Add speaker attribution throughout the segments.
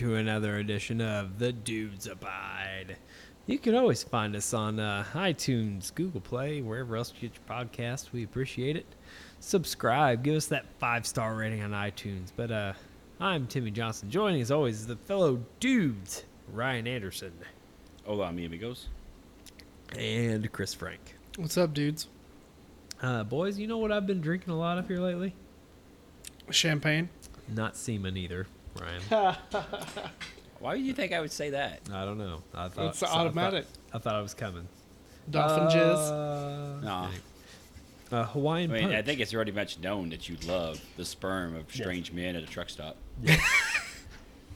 Speaker 1: another edition of The Dudes Abide. You can always find us on uh, iTunes, Google Play, wherever else you get your podcast. We appreciate it. Subscribe, give us that five star rating on iTunes. But uh, I'm Timmy Johnson. Joining as always is the fellow dudes Ryan Anderson
Speaker 2: Hola, mi amigos.
Speaker 1: and Chris Frank.
Speaker 3: What's up, dudes?
Speaker 1: Uh, boys, you know what I've been drinking a lot of here lately?
Speaker 3: Champagne.
Speaker 1: Not semen either, Ryan.
Speaker 2: Why would you think I would say that?
Speaker 1: I don't know. I thought
Speaker 3: It's
Speaker 1: I thought-
Speaker 3: automatic.
Speaker 1: I thought I was coming.
Speaker 3: Dolphin
Speaker 1: Uh, jizz.
Speaker 3: jizz.
Speaker 2: No.
Speaker 1: Uh,
Speaker 2: I
Speaker 1: Hawaiian
Speaker 2: mean,
Speaker 1: punch.
Speaker 2: I think it's already much known that you love the sperm of strange men at a truck stop.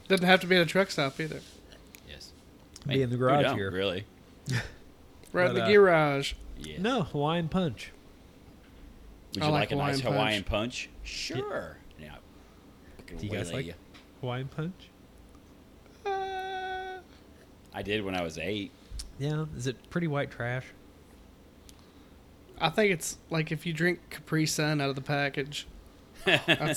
Speaker 3: Doesn't have to be at a truck stop either.
Speaker 2: Yes.
Speaker 1: Be in the
Speaker 2: Who
Speaker 1: garage
Speaker 2: don't,
Speaker 1: here.
Speaker 2: Really?
Speaker 3: Right
Speaker 1: But,
Speaker 3: in the
Speaker 1: uh,
Speaker 3: garage.
Speaker 2: Yeah.
Speaker 1: No, Hawaiian punch.
Speaker 2: Would
Speaker 3: I
Speaker 2: you
Speaker 3: like
Speaker 2: like, a nice
Speaker 3: Hawaiian
Speaker 2: Hawaiian punch? Sure. Now, fucking
Speaker 1: Do you guys
Speaker 2: waylay
Speaker 1: like Hawaiian punch?
Speaker 3: Uh,
Speaker 2: I did when I was eight.
Speaker 1: Yeah. Is it pretty white trash?
Speaker 3: I think it's like if you drink Capri Sun out of the package. I'd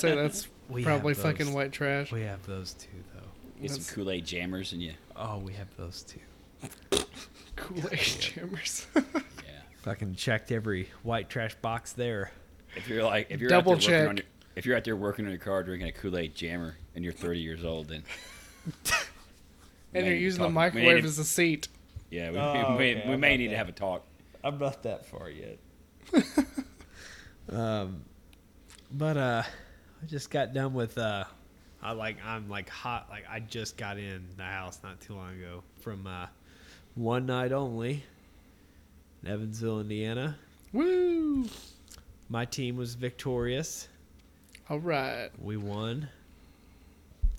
Speaker 3: say that's
Speaker 1: We
Speaker 3: probably
Speaker 1: have those.
Speaker 3: fucking white trash.
Speaker 1: We have those too, though.
Speaker 2: Get
Speaker 3: That's-
Speaker 2: some Kool Aid jammers and you.
Speaker 1: Oh, we have those too.
Speaker 3: Kool-Aid jammers.
Speaker 2: Yeah.
Speaker 1: Fucking checked every white trash box there.
Speaker 2: If you're like, if you're
Speaker 3: Double
Speaker 2: out there working on
Speaker 3: check.
Speaker 2: your, if you're out there working on your car drinking a Kool Aid jammer and you're 30 years old, then
Speaker 3: and
Speaker 2: may
Speaker 3: you're
Speaker 2: be
Speaker 3: using the
Speaker 2: talking- we may
Speaker 3: microwave
Speaker 2: need-
Speaker 3: as a seat.
Speaker 2: yeah, we,
Speaker 1: Oh,
Speaker 2: we,
Speaker 1: okay,
Speaker 2: we
Speaker 1: I
Speaker 2: may
Speaker 1: love
Speaker 2: need
Speaker 1: that.
Speaker 2: to have a talk.
Speaker 1: I'm not that far yet. um, but uh, I just got done with uh, I like I'm like hot like I just got in the house not too long ago from uh, one night only, in Evansville, Indiana.
Speaker 3: Woo!
Speaker 1: My team was victorious.
Speaker 3: All right.
Speaker 1: We won.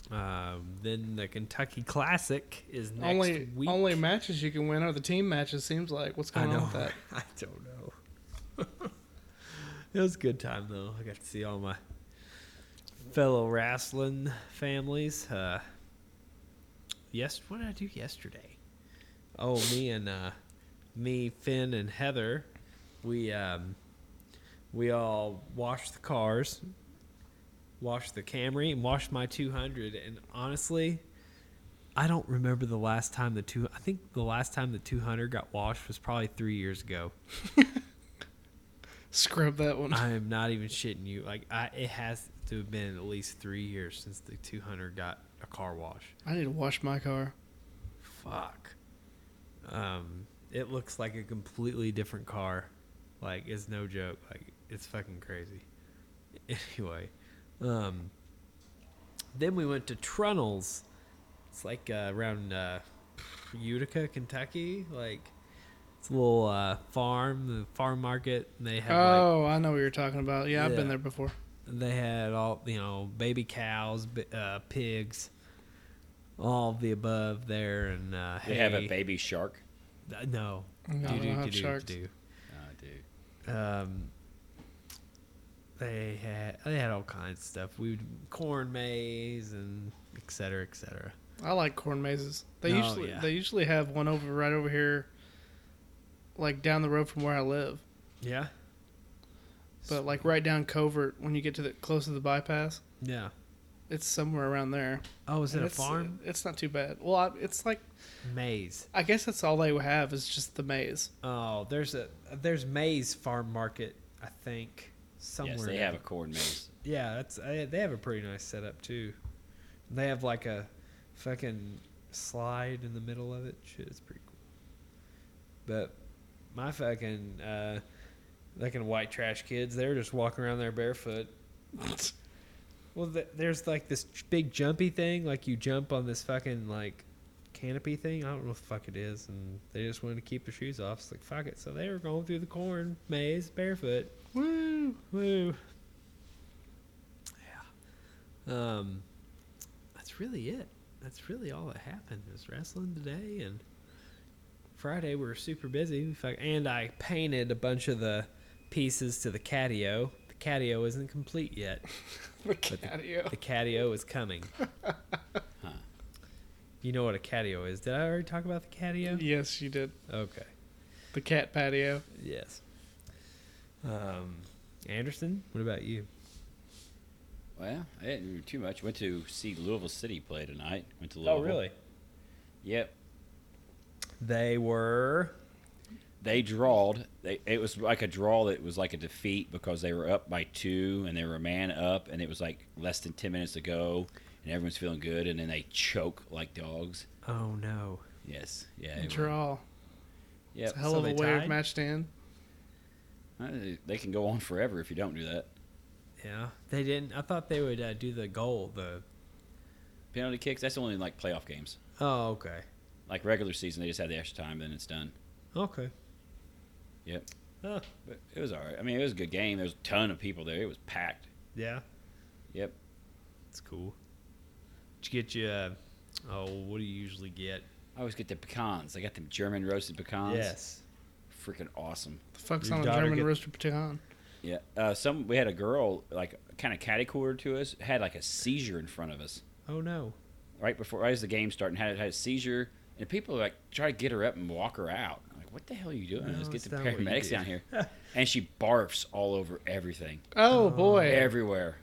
Speaker 1: Um, then the Kentucky Classic is next
Speaker 3: only
Speaker 1: week.
Speaker 3: only matches you can win are the team matches. Seems like what's
Speaker 1: I
Speaker 3: going on
Speaker 1: know.
Speaker 3: with that?
Speaker 1: I don't know. it was a good time though. I got to see all my fellow wrestling families. Uh, yes, what did I do yesterday? Oh, me and uh, me, Finn, and Heather. We um, we all washed the cars, washed the Camry, and washed my 200. And honestly, I don't remember the last time the two. I think the last time the 200 got washed was probably three years ago.
Speaker 3: Scrub that one.
Speaker 1: I am not even shitting you. Like I, it has to have been at least three years since the 200 got a car wash.
Speaker 3: I need to wash my car.
Speaker 1: Fuck. Um, it looks like a completely different car. Like it's no joke. Like it's fucking crazy. Anyway, um, then we went to Trunnels. It's like uh, around uh, Utica, Kentucky. Like it's a little uh, farm, the farm market. And they have like
Speaker 3: Oh, I know what you're talking about. Yeah, I've
Speaker 1: Yeah.
Speaker 3: been there before.
Speaker 1: they had all you know baby cows b- uh, pigs all of the above there and uh
Speaker 2: They have a
Speaker 1: hay.
Speaker 2: baby shark.
Speaker 1: Uh, no
Speaker 3: No,
Speaker 1: do,
Speaker 3: they Mm, don't
Speaker 1: do,
Speaker 3: have
Speaker 1: do, do,
Speaker 3: sharks.
Speaker 1: do.
Speaker 2: Oh, dude.
Speaker 1: um they had they had all kinds of stuff we would corn maize and et cetera et cetera
Speaker 3: I like corn mazes. They
Speaker 1: No,
Speaker 3: usually
Speaker 1: yeah.
Speaker 3: they usually have one over right over here, like down the road from where I live.
Speaker 1: yeah
Speaker 3: But like right down Covert, when you get to the close to the bypass,
Speaker 1: yeah
Speaker 3: it's somewhere around there.
Speaker 1: oh is it
Speaker 3: And
Speaker 1: a
Speaker 3: it's, uh,
Speaker 1: farm
Speaker 3: It's not too bad. Well, I, it's like
Speaker 1: maize
Speaker 3: I guess that's all they have is just the maze.
Speaker 1: oh there's a there's maize farm market i think somewhere
Speaker 2: Yes, they
Speaker 1: in
Speaker 2: have a corn maze.
Speaker 1: Yeah, that's I, they have a pretty nice setup too. They have like a fucking slide in the middle of it. Shit, it's pretty cool. But my fucking uh, fucking white trash kids, they were just walking around there barefoot. Well, th- there's like this j- big jumpy thing, like you jump on this fucking like canopy thing. I don't know what the fuck it is, and they just wanted to keep their shoes off. It's like fuck it. So they were going through the corn maze barefoot.
Speaker 3: Woo!
Speaker 1: Woo. Yeah. Um, that's really it. That's really all that happened was wrestling today and Friday we were super busy. We fuck- And I painted a bunch of the pieces to the catio. The catio isn't complete yet.
Speaker 3: The catio.
Speaker 1: The catio is coming. You know what a catio is? Did I already talk about the catio?
Speaker 3: Yes, you did.
Speaker 1: Okay.
Speaker 3: The cat patio.
Speaker 1: Yes. Um, Anderson, what about you?
Speaker 2: Well, I didn't do too much. Went to see Louisville City play tonight. Went to
Speaker 4: Oh,
Speaker 2: Louisville.
Speaker 4: really?
Speaker 2: Yep.
Speaker 1: They were.
Speaker 2: They drawed. They, it was like a draw that was like a defeat because they were up by two and they were a man up and it was like less than 10 minutes to go and everyone's feeling good and then they choke like dogs.
Speaker 1: Oh no.
Speaker 2: Yes. Yeah. they were-
Speaker 3: Draw. It's
Speaker 2: Yep.
Speaker 3: a hell
Speaker 1: So
Speaker 3: of a
Speaker 1: they
Speaker 3: way of
Speaker 1: tied?
Speaker 3: match to end.
Speaker 2: Uh, They can go on forever if you don't do that.
Speaker 1: Yeah, they didn't. I thought they would uh, do the goal. The
Speaker 2: Penalty kicks, that's only in like playoff games.
Speaker 1: oh okay,
Speaker 2: Like regular season, they just have the extra time, then it's done.
Speaker 1: okay.
Speaker 2: Yep.
Speaker 1: Huh.
Speaker 2: But it was all right. I mean, it was a good game. There was a ton of people there. It was packed.
Speaker 1: Yeah,
Speaker 2: Yep.
Speaker 1: it's cool. Did you get you? Uh, oh, what do you usually get?
Speaker 2: I always get the pecans. I got them German roasted pecans.
Speaker 1: Yes.
Speaker 2: Freaking awesome.
Speaker 3: The fuck's
Speaker 1: Your
Speaker 3: on a
Speaker 1: daughter
Speaker 3: German
Speaker 1: get-
Speaker 3: roasted pecan?
Speaker 2: Yeah. Uh, some we had a girl like kind of catty-cornered to us. Had like a seizure in front of us
Speaker 1: Oh no.
Speaker 2: right before right as the game started. Had had a seizure, and people like try to get her up and walk her out. I'm like, what the hell are you doing?
Speaker 1: No,
Speaker 2: Let's get
Speaker 1: it's
Speaker 2: the
Speaker 1: not what you
Speaker 2: paramedics
Speaker 1: did."
Speaker 2: down here. and she barfs all over everything,
Speaker 3: Oh,
Speaker 1: Oh.
Speaker 3: boy.
Speaker 2: everywhere.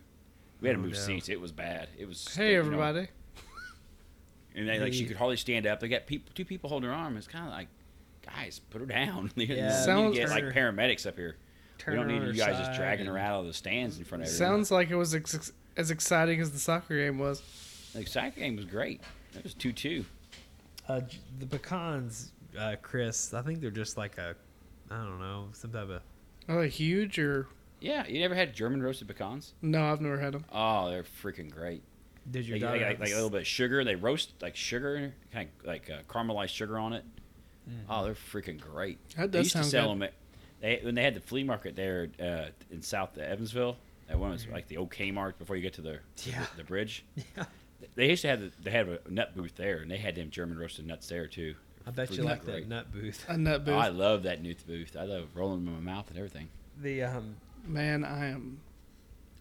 Speaker 2: We had to
Speaker 1: Oh,
Speaker 2: move
Speaker 1: no.
Speaker 2: seats. It was bad. It was
Speaker 3: hey,
Speaker 2: you know,
Speaker 3: everybody.
Speaker 2: and they like she
Speaker 1: Hey.
Speaker 2: could hardly stand up. They got peop two people holding her arm. It's kind of like, guys, put her down. you
Speaker 1: Yeah,
Speaker 2: need to
Speaker 3: Sounds-
Speaker 2: get like
Speaker 1: Turn her-
Speaker 2: paramedics up here.
Speaker 1: Turn
Speaker 2: we don't
Speaker 1: her
Speaker 2: need
Speaker 1: on
Speaker 2: you
Speaker 1: her
Speaker 2: guys just
Speaker 1: side
Speaker 2: dragging her
Speaker 1: and-
Speaker 2: out of the stands in front of everyone.
Speaker 3: Sounds like it was ex- as exciting as the soccer game was.
Speaker 2: The soccer game was great. It was two two.
Speaker 1: Uh, j- the pecans, uh, Chris. I think they're just like a, I don't know, some type of.
Speaker 3: Oh, huge or
Speaker 2: Yeah, you never had German roasted pecans?
Speaker 3: no? I've never had them.
Speaker 2: Oh, they're freaking great.
Speaker 1: Did your
Speaker 2: They,
Speaker 1: daughter
Speaker 2: they,
Speaker 1: have
Speaker 2: like, like a
Speaker 1: s-
Speaker 2: little bit of sugar. They roast like sugar, kind of like uh, caramelized sugar on it.
Speaker 1: Mm. Mm-hmm.
Speaker 2: Oh, they're freaking great.
Speaker 3: That
Speaker 2: they
Speaker 3: does
Speaker 2: used
Speaker 3: sound
Speaker 2: to sell
Speaker 3: good.
Speaker 2: them at they, when they had the flea market there uh, in South Evansville. That one was like the old Kmart before you get to the
Speaker 1: Yeah.
Speaker 2: the, the bridge.
Speaker 1: Yeah.
Speaker 2: They used to have the, they had a nut booth there, and they had them German roasted nuts there too.
Speaker 1: I bet you
Speaker 2: Freaking
Speaker 1: like that
Speaker 2: great.
Speaker 1: nut booth.
Speaker 3: A nut
Speaker 2: Oh,
Speaker 3: booth.
Speaker 2: I love that nut booth. I love rolling them in my mouth and everything.
Speaker 1: The um
Speaker 3: Man, I am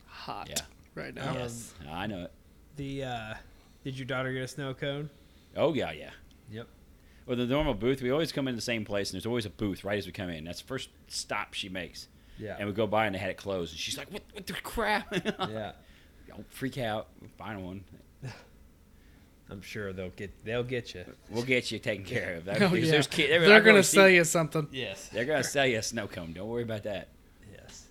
Speaker 3: hot
Speaker 2: Yeah.
Speaker 3: right now.
Speaker 1: Yeah.
Speaker 2: yes, I know it.
Speaker 1: the uh, did your daughter get a snow cone?
Speaker 2: Oh yeah, yeah.
Speaker 1: Yep.
Speaker 2: Well, the normal booth, we always come in the same place, and there's always a booth right as we come in. That's the first stop she makes.
Speaker 1: Yeah.
Speaker 2: And we go by, and they had it closed. And she's like, what, what the crap?
Speaker 1: yeah.
Speaker 2: Don't freak out. We'll find one.
Speaker 1: I'm sure they'll get they'll get you.
Speaker 2: We'll get you taken care of. That-
Speaker 3: Oh,
Speaker 2: because
Speaker 3: yeah.
Speaker 2: there's kid-
Speaker 3: They're,
Speaker 2: I go
Speaker 3: gonna
Speaker 2: see-
Speaker 3: sell you something.
Speaker 1: Yes.
Speaker 2: They're going to sell you a snow cone. Don't worry about that.
Speaker 1: Yes.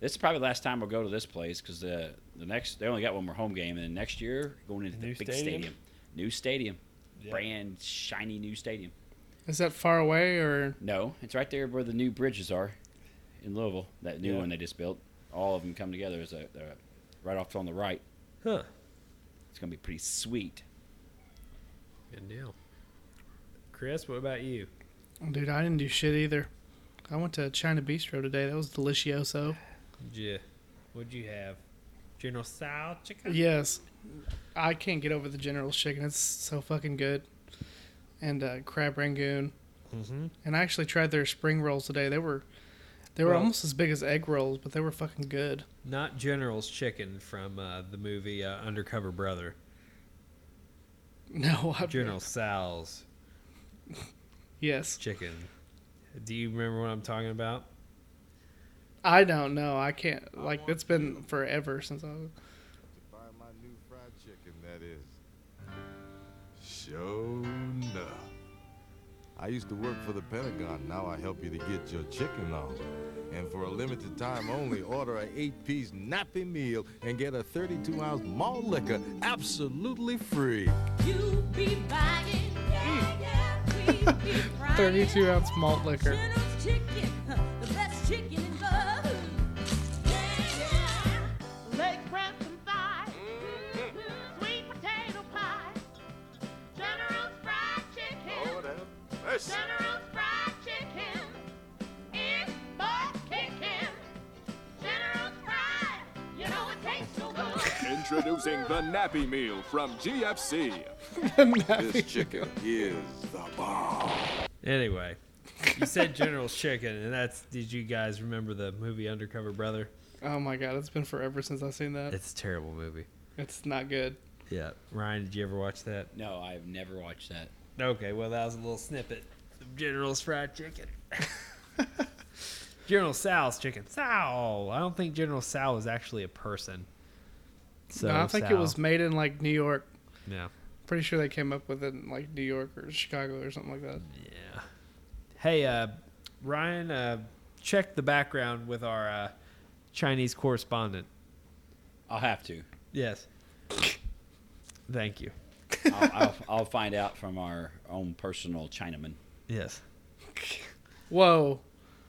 Speaker 2: This is probably the last time we'll go to this place because the, the next, they only got one more home game. And then next year, going into the
Speaker 1: New
Speaker 2: big
Speaker 1: stadium?
Speaker 2: stadium. New stadium.
Speaker 1: Yeah.
Speaker 2: Brand shiny new stadium.
Speaker 3: Is that far away or
Speaker 2: No, it's right there where the new bridges are in Louisville. That new
Speaker 1: Yeah.
Speaker 2: one they just built. All of them come together. Is a, they're right off on the right.
Speaker 1: Huh.
Speaker 2: It's gonna be pretty sweet.
Speaker 1: Good deal. Chris, what about you?
Speaker 3: dude? I didn't do shit either. I went to China Bistro today. That was delicioso.
Speaker 1: Yeah. What'd you have? General style chicken.
Speaker 3: Yes, I can't get over the General's chicken. It's so fucking good. And uh, crab rangoon.
Speaker 1: Mm-hmm.
Speaker 3: And I actually tried their spring rolls today. They were, they were
Speaker 1: Well-
Speaker 3: almost as big as egg rolls, but they were fucking good.
Speaker 1: Not General's chicken from uh, the movie uh, Undercover Brother.
Speaker 3: No, I've
Speaker 1: General Sal's
Speaker 3: Yes,
Speaker 1: chicken. Do you remember what I'm talking about?
Speaker 3: I don't know. I can't. Like it's been forever since I. was...
Speaker 5: to buy my new fried chicken, that is. Show enough. I used to work for the Pentagon. Now I help you to get your chicken on. And for a limited time only, order a eight-piece nappy meal and get a 32-ounce malt liquor absolutely free.
Speaker 6: You be buying,
Speaker 3: Hmm.
Speaker 6: yeah, yeah, we be frying.
Speaker 3: 32 ounce malt liquor.
Speaker 6: General's chicken, huh, the best chicken in love. Yeah, yeah. Leg wrapped and thigh,
Speaker 3: Mm-hmm.
Speaker 6: mhm, sweet potato pie. General's fried
Speaker 3: Oh,
Speaker 6: chicken, General's fried chicken is butt kicking. General's fried, you know it tastes so good.
Speaker 7: Introducing the Nappy Meal from GFC.
Speaker 5: This chicken is the bomb.
Speaker 1: Anyway, you said General's chicken, and that's. Did you guys remember the movie Undercover Brother?
Speaker 3: Oh my god, it's been forever since I've seen that.
Speaker 1: It's a terrible movie.
Speaker 3: It's not good.
Speaker 1: Yeah. Ryan, did you ever watch that?
Speaker 2: No, I've never watched that.
Speaker 1: Okay, well, that was a little snippet of General's fried chicken. General Sal's chicken. Sal! I don't think General Sal was actually a person. So
Speaker 3: No, I think it
Speaker 1: Sal-
Speaker 3: was made in like New York.
Speaker 1: yeah,
Speaker 3: Pretty sure they came up with it in like New York or Chicago or something like that.
Speaker 1: yeah. Hey, uh, Ryan, uh, check the background with our uh, Chinese correspondent.
Speaker 2: I'll have to.
Speaker 1: Yes. Thank you.
Speaker 2: I'll, I'll, I'll find out from our own personal Chinaman.
Speaker 1: Yes.
Speaker 3: Whoa,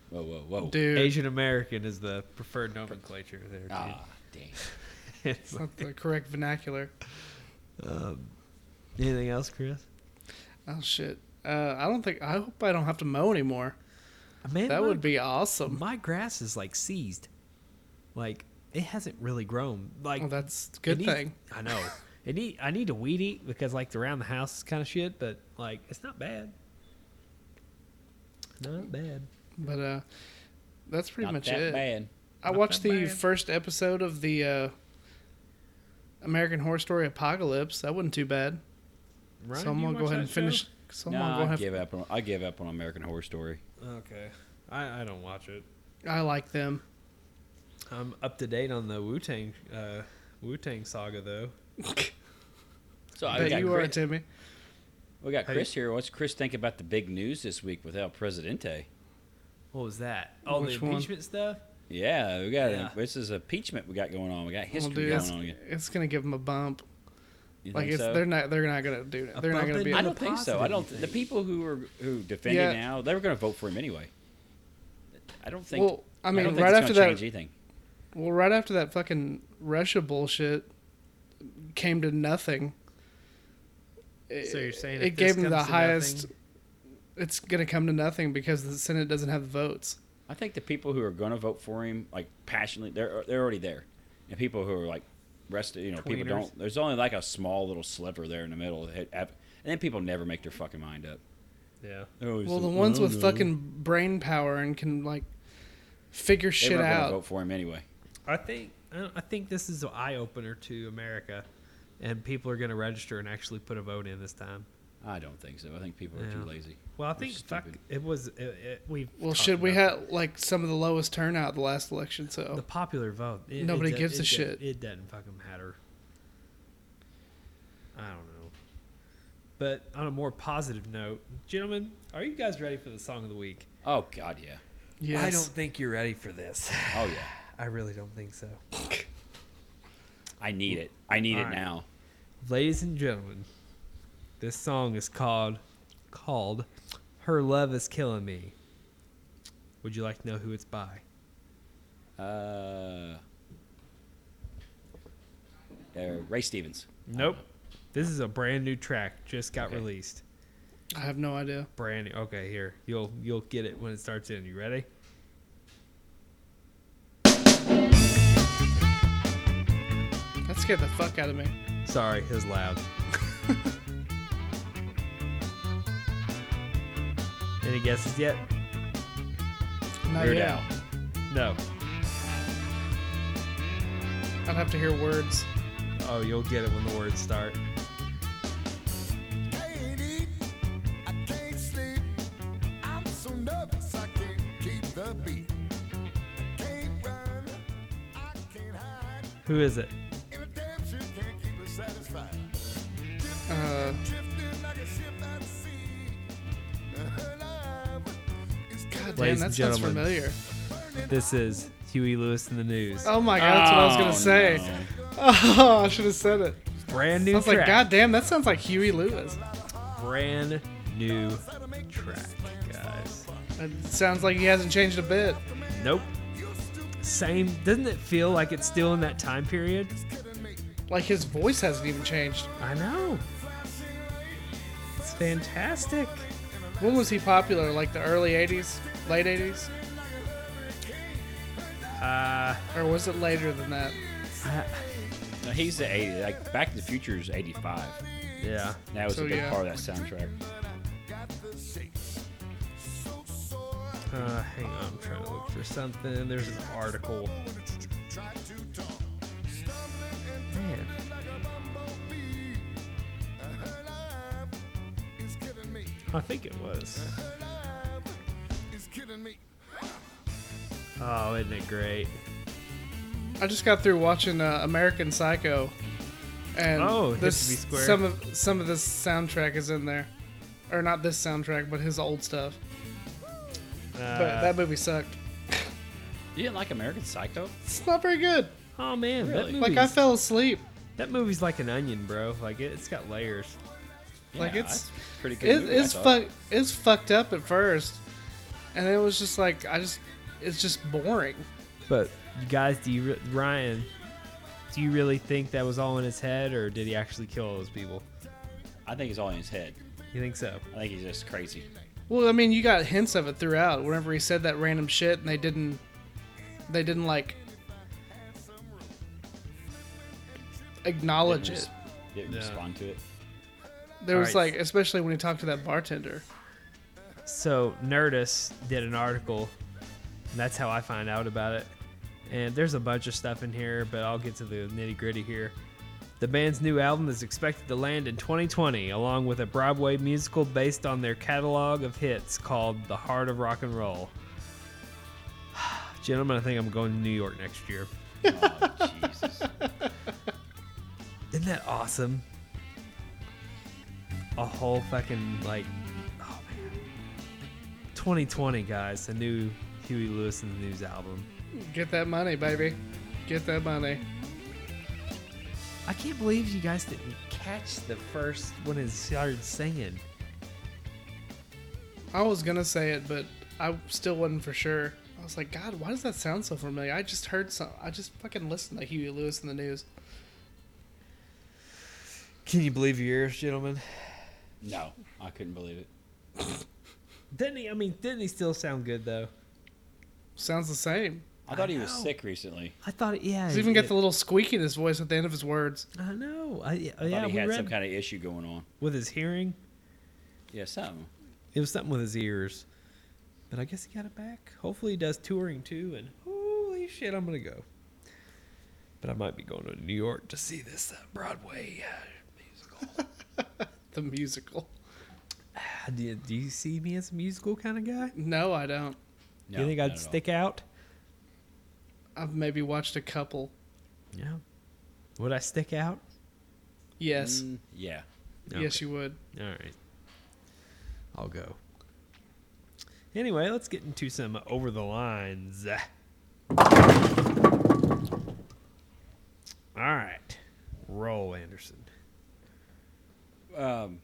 Speaker 2: Whoa, whoa, whoa.
Speaker 3: dude!
Speaker 1: Asian American is the preferred nomenclature there.
Speaker 2: Ah, dang.
Speaker 1: dude.
Speaker 3: That's not the correct vernacular.
Speaker 1: Anything else, Chris?
Speaker 3: Oh shit! Uh, I don't think. I hope I don't have to mow anymore.
Speaker 1: Man,
Speaker 3: That
Speaker 1: my-
Speaker 3: would be awesome.
Speaker 1: my grass is like seized. Like it hasn't really grown. Like
Speaker 3: Well, that's a
Speaker 1: it
Speaker 3: good
Speaker 1: needs-
Speaker 3: thing.
Speaker 1: I know. It need I need to weed eat because like the around the house kind of shit, but like it's not bad. Not bad.
Speaker 3: But uh, that's pretty
Speaker 2: Not
Speaker 3: much
Speaker 2: that
Speaker 3: it.
Speaker 2: bad.
Speaker 3: I watched
Speaker 1: that
Speaker 3: the
Speaker 1: bad.
Speaker 3: first episode of the uh, American Horror Story Apocalypse. That wasn't too bad.
Speaker 1: Right.
Speaker 3: so I'm gonna go ahead and finish. So I'm
Speaker 2: No,
Speaker 3: gonna go
Speaker 2: I
Speaker 3: ahead-
Speaker 2: give up on I give up on American Horror Story.
Speaker 1: Okay. I, I don't watch it.
Speaker 3: I like them.
Speaker 1: I'm up to date on the Wu Tang uh, Wu Tang saga though.
Speaker 2: So I
Speaker 3: But
Speaker 2: got
Speaker 3: you are
Speaker 2: Chris,
Speaker 3: Timmy.
Speaker 2: we got
Speaker 1: Hey.
Speaker 2: Chris here. What's Chris think about the big news this week with El Presidente?
Speaker 1: What was that? All
Speaker 3: Which
Speaker 1: the
Speaker 3: one?
Speaker 1: impeachment stuff.
Speaker 2: Yeah, we got
Speaker 1: Yeah.
Speaker 2: this is impeachment we got going on. We got
Speaker 3: Well,
Speaker 2: history
Speaker 3: dude,
Speaker 2: going
Speaker 3: it's,
Speaker 2: on. You
Speaker 3: it's gonna give them a bump.
Speaker 2: think
Speaker 3: Like it's,
Speaker 2: so?
Speaker 3: they're not. They're not gonna do it.
Speaker 1: A
Speaker 3: They're not
Speaker 1: bump
Speaker 3: gonna
Speaker 1: in
Speaker 3: be.
Speaker 1: the
Speaker 2: I
Speaker 3: Able,
Speaker 2: don't think so.
Speaker 1: positive,
Speaker 2: I
Speaker 1: you
Speaker 2: don't. The
Speaker 1: think?
Speaker 2: people who are who defend
Speaker 3: Yeah.
Speaker 2: it now, they were going to vote for him anyway. I don't think.
Speaker 3: well, I mean,
Speaker 2: don't think
Speaker 3: right
Speaker 2: it's
Speaker 3: after
Speaker 2: gonna
Speaker 3: that,
Speaker 2: change anything.
Speaker 3: well, right after that fucking Russia bullshit came to nothing.
Speaker 1: So you're saying
Speaker 3: it
Speaker 1: if
Speaker 3: gave
Speaker 1: this
Speaker 3: them the
Speaker 1: comes to
Speaker 3: highest.
Speaker 1: nothing-
Speaker 3: It's gonna come to nothing because the Senate doesn't have the votes.
Speaker 2: I think the people who are going to vote for him, like passionately, they're they're already there, and people who are like, rest, you know, people
Speaker 1: Tweeners.
Speaker 2: don't. There's only like a small little sliver there in the middle, that had- and then people never make their fucking mind up.
Speaker 1: Yeah.
Speaker 3: Well, the ones with fucking brain power and can like figure
Speaker 2: they
Speaker 3: shit
Speaker 2: were gonna
Speaker 3: out.
Speaker 2: vote for him anyway.
Speaker 1: I think I don't- I think this is an eye opener to America, and people are going to register and actually put a vote in this time.
Speaker 2: I don't think so. I think people are
Speaker 1: Yeah.
Speaker 2: too lazy.
Speaker 1: Well, I
Speaker 2: They're
Speaker 1: think fuck,
Speaker 2: stupid.
Speaker 1: it was it, it, we.
Speaker 3: Well, shit, we had like some of the lowest turnout the last election,
Speaker 1: the
Speaker 3: so
Speaker 1: popular vote. It- it
Speaker 3: Nobody
Speaker 1: do-
Speaker 3: gives a
Speaker 1: it do-
Speaker 3: shit.
Speaker 1: It doesn't fucking matter. I don't know. But on a more positive note, gentlemen, are you guys ready for the song of the week?
Speaker 2: Oh God, yeah.
Speaker 3: yes.
Speaker 1: I don't think you're ready for this.
Speaker 2: Oh yeah.
Speaker 1: I really don't think so.
Speaker 2: I need it. I need it
Speaker 1: Alright.
Speaker 2: now.
Speaker 1: Ladies and gentlemen, this song is called called Her Love Is Killing Me. Would you like to know who it's by?
Speaker 2: Uh, uh, Ray Stevens.
Speaker 1: Nope. This is a brand new track, just got
Speaker 2: Okay.
Speaker 1: released.
Speaker 3: I have no idea.
Speaker 1: Brand new. Okay, here. You'll you'll get it when it starts in. You ready?
Speaker 3: That scared the fuck out of me.
Speaker 1: Sorry, it was loud. Any guesses yet?
Speaker 3: Not
Speaker 2: Weird
Speaker 3: yet.
Speaker 2: Al.
Speaker 1: No.
Speaker 3: I'd have to hear words.
Speaker 1: Oh, you'll get it when the words start.
Speaker 4: can't eat, I can't sleep. I'm so nervous I can't keep the beat. I can't run, I can't hide.
Speaker 1: Who is it?
Speaker 4: In a damn sure can't keep her satisfied.
Speaker 3: Uh,
Speaker 4: Drifting like a ship at sea. Her life is
Speaker 3: God damn,
Speaker 1: Ladies
Speaker 3: that
Speaker 1: and
Speaker 3: sounds
Speaker 1: gentlemen.
Speaker 3: familiar.
Speaker 1: This is Huey Lewis in the News.
Speaker 3: Oh my god, that's what I was gonna
Speaker 2: Oh,
Speaker 3: say.
Speaker 2: no.
Speaker 3: Oh, I should have said it.
Speaker 1: Brand
Speaker 3: I
Speaker 1: new
Speaker 3: was like,
Speaker 1: track.
Speaker 3: God damn, that sounds like Huey Lewis.
Speaker 1: brand new track, guys.
Speaker 3: It sounds like he hasn't changed a bit.
Speaker 1: Nope. Same. Doesn't it feel like it's still in that time period?
Speaker 3: Like his voice hasn't even changed.
Speaker 1: I know. It's fantastic.
Speaker 3: When was he popular? Like the early '80s, late '80s,
Speaker 1: Uh,
Speaker 3: or was it later than that?
Speaker 2: No, he's the 80. Like Back to the Future is 85.
Speaker 1: yeah.
Speaker 2: And That was
Speaker 3: So,
Speaker 2: a big
Speaker 3: yeah.
Speaker 2: part of that soundtrack.
Speaker 1: Uh, hang on, I'm trying to look for something. There's an article. Man. I think it was. Oh, isn't it great?
Speaker 3: I just got through watching uh, American Psycho, and
Speaker 1: Oh, it
Speaker 3: this
Speaker 1: has to be square.
Speaker 3: some of some of this soundtrack is in there, or not this soundtrack, but his old stuff. But
Speaker 1: Uh,
Speaker 3: that movie sucked.
Speaker 2: You didn't like American Psycho?
Speaker 3: It's not very good.
Speaker 1: oh man,
Speaker 2: Really?
Speaker 1: that,
Speaker 2: Like,
Speaker 1: movie's,
Speaker 3: Like I fell asleep.
Speaker 1: that movie's like an onion, bro. Like it, it's got layers.
Speaker 3: Like,
Speaker 2: Yeah,
Speaker 3: it's-
Speaker 2: that's a pretty good.
Speaker 3: It,
Speaker 2: movie, I
Speaker 3: it's
Speaker 2: thought.
Speaker 3: fuck. It's fucked up at first, and it was just like I just. It's just boring.
Speaker 1: But you guys, do you re- Ryan? Do you really think that was all in his head, or did he actually kill all those people?
Speaker 2: I think it's all in his head.
Speaker 1: You think so?
Speaker 2: I think he's just crazy.
Speaker 3: Well, I mean, you got hints of it throughout. Whenever he said that random shit, and they didn't, they didn't like acknowledge
Speaker 2: Didn't
Speaker 3: it.
Speaker 2: res- Didn't
Speaker 1: Yeah.
Speaker 2: respond to it.
Speaker 3: There was
Speaker 1: Alright.
Speaker 3: like, especially when he talked to that bartender.
Speaker 1: So Nerdist did an article. And that's how I find out about it. And there's a bunch of stuff in here, but I'll get to the nitty gritty here. The band's new album is expected to land in 2020, along with a Broadway musical based on their catalog of hits called The Heart of Rock and Roll. Gentlemen, I think I'm going to New York next year.
Speaker 2: Oh, Jesus.
Speaker 1: Isn't that awesome? A whole fucking like, oh man, 2020 guys, a new Huey Lewis and the News album.
Speaker 3: Get that money, baby. Get that money.
Speaker 1: I can't believe you guys didn't catch the first when it started singing.
Speaker 3: I was gonna say it, but I still wasn't for sure. I was like, God, why does that sound so familiar? I just heard some. I just fucking listened to Huey Lewis in the news.
Speaker 1: Can you believe your ears, gentlemen?
Speaker 2: no, I couldn't believe it.
Speaker 1: Didn't he? I mean, didn't he still sound good though?
Speaker 3: Sounds the same.
Speaker 2: I thought he was sick recently.
Speaker 1: I thought, yeah.
Speaker 3: He's even got
Speaker 1: it-
Speaker 3: the little squeak in his voice at the end of his words.
Speaker 1: I know. I, yeah,
Speaker 2: I thought
Speaker 1: we
Speaker 2: he had
Speaker 1: read
Speaker 2: some kind of issue going on.
Speaker 1: with his hearing.
Speaker 2: Yeah, something.
Speaker 1: It was something with his ears. But I guess he got it back. Hopefully he does touring too and holy shit I'm gonna go. But I might be going to New York to see this uh, Broadway uh, musical.
Speaker 3: The musical.
Speaker 1: Ah, do, you- do you see me as a musical kind of guy?
Speaker 3: No, I don't.
Speaker 2: No,
Speaker 1: you think
Speaker 2: not
Speaker 1: I'd
Speaker 2: at all.
Speaker 1: stick out?
Speaker 3: I've maybe watched a couple.
Speaker 1: Yeah. Would I stick out?
Speaker 3: Yes.
Speaker 2: Mm, yeah.
Speaker 3: Yes, you would.
Speaker 1: All right. I'll go. Anyway, let's get into some over the lines. All right. Roll, Anderson.
Speaker 2: Um,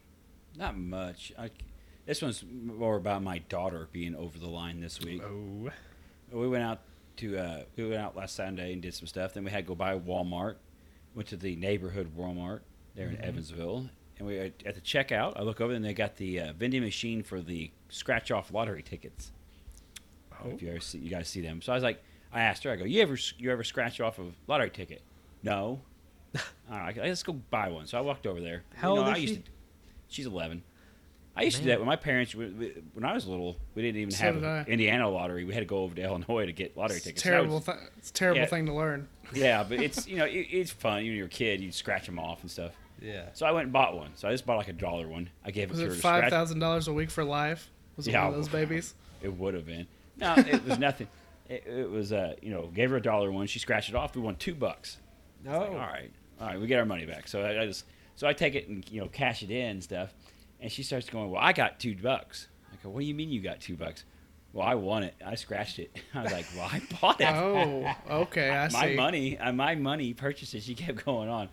Speaker 2: not much. I, this one's more about my daughter being over the line this week.
Speaker 1: Oh.
Speaker 2: We went out to uh, we went out last Sunday and did some stuff. Then we had to go by Walmart. Went to the neighborhood Walmart there
Speaker 1: Mm-hmm.
Speaker 2: in Evansville, and we at the checkout. I look over and they got the uh, vending machine for the scratch off lottery tickets.
Speaker 1: Oh.
Speaker 2: If you ever see, you guys see them. So I was like, I asked her. I go, you ever you ever scratch off a lottery ticket? No. All right, let's go buy one. So I walked over there.
Speaker 1: How old is
Speaker 2: I used
Speaker 1: she?
Speaker 2: To, she's eleven. I used to do
Speaker 1: Man.
Speaker 2: that when my parents, we- we- when I was little, we didn't even
Speaker 3: So
Speaker 2: have
Speaker 3: did I.
Speaker 2: an Indiana lottery. We had to go over to Illinois to get lottery
Speaker 3: It's a
Speaker 2: tickets. That
Speaker 3: terrible.
Speaker 2: was-
Speaker 3: Th- it's a terrible
Speaker 2: Yeah.
Speaker 3: thing to learn.
Speaker 2: yeah, but it's you know it, it's fun. When you're a kid, you scratch them off and stuff.
Speaker 1: Yeah.
Speaker 2: So I went and bought one. So I just bought like a dollar one. I gave it
Speaker 3: Was
Speaker 2: to
Speaker 3: it
Speaker 2: her. to
Speaker 3: five
Speaker 2: scratch.
Speaker 3: thousand dollars a week for life? Was it
Speaker 2: Yeah,
Speaker 3: one of those
Speaker 2: well,
Speaker 3: babies?
Speaker 2: It would have been. No, it was nothing. It, it was uh, you know gave her a dollar one. She scratched it off. We won two bucks.
Speaker 1: No.
Speaker 2: Like, all right, all right, we get our money back. So I, I just so I take it and you know cash it in and stuff, and she starts going, "Well, I got two bucks." I go, "What do you mean you got two bucks?" Well, I won it. I scratched it. I was like, "Well, I bought it.
Speaker 3: Oh, okay. I
Speaker 2: my
Speaker 3: see.
Speaker 2: money, uh, my money purchases." She kept going on.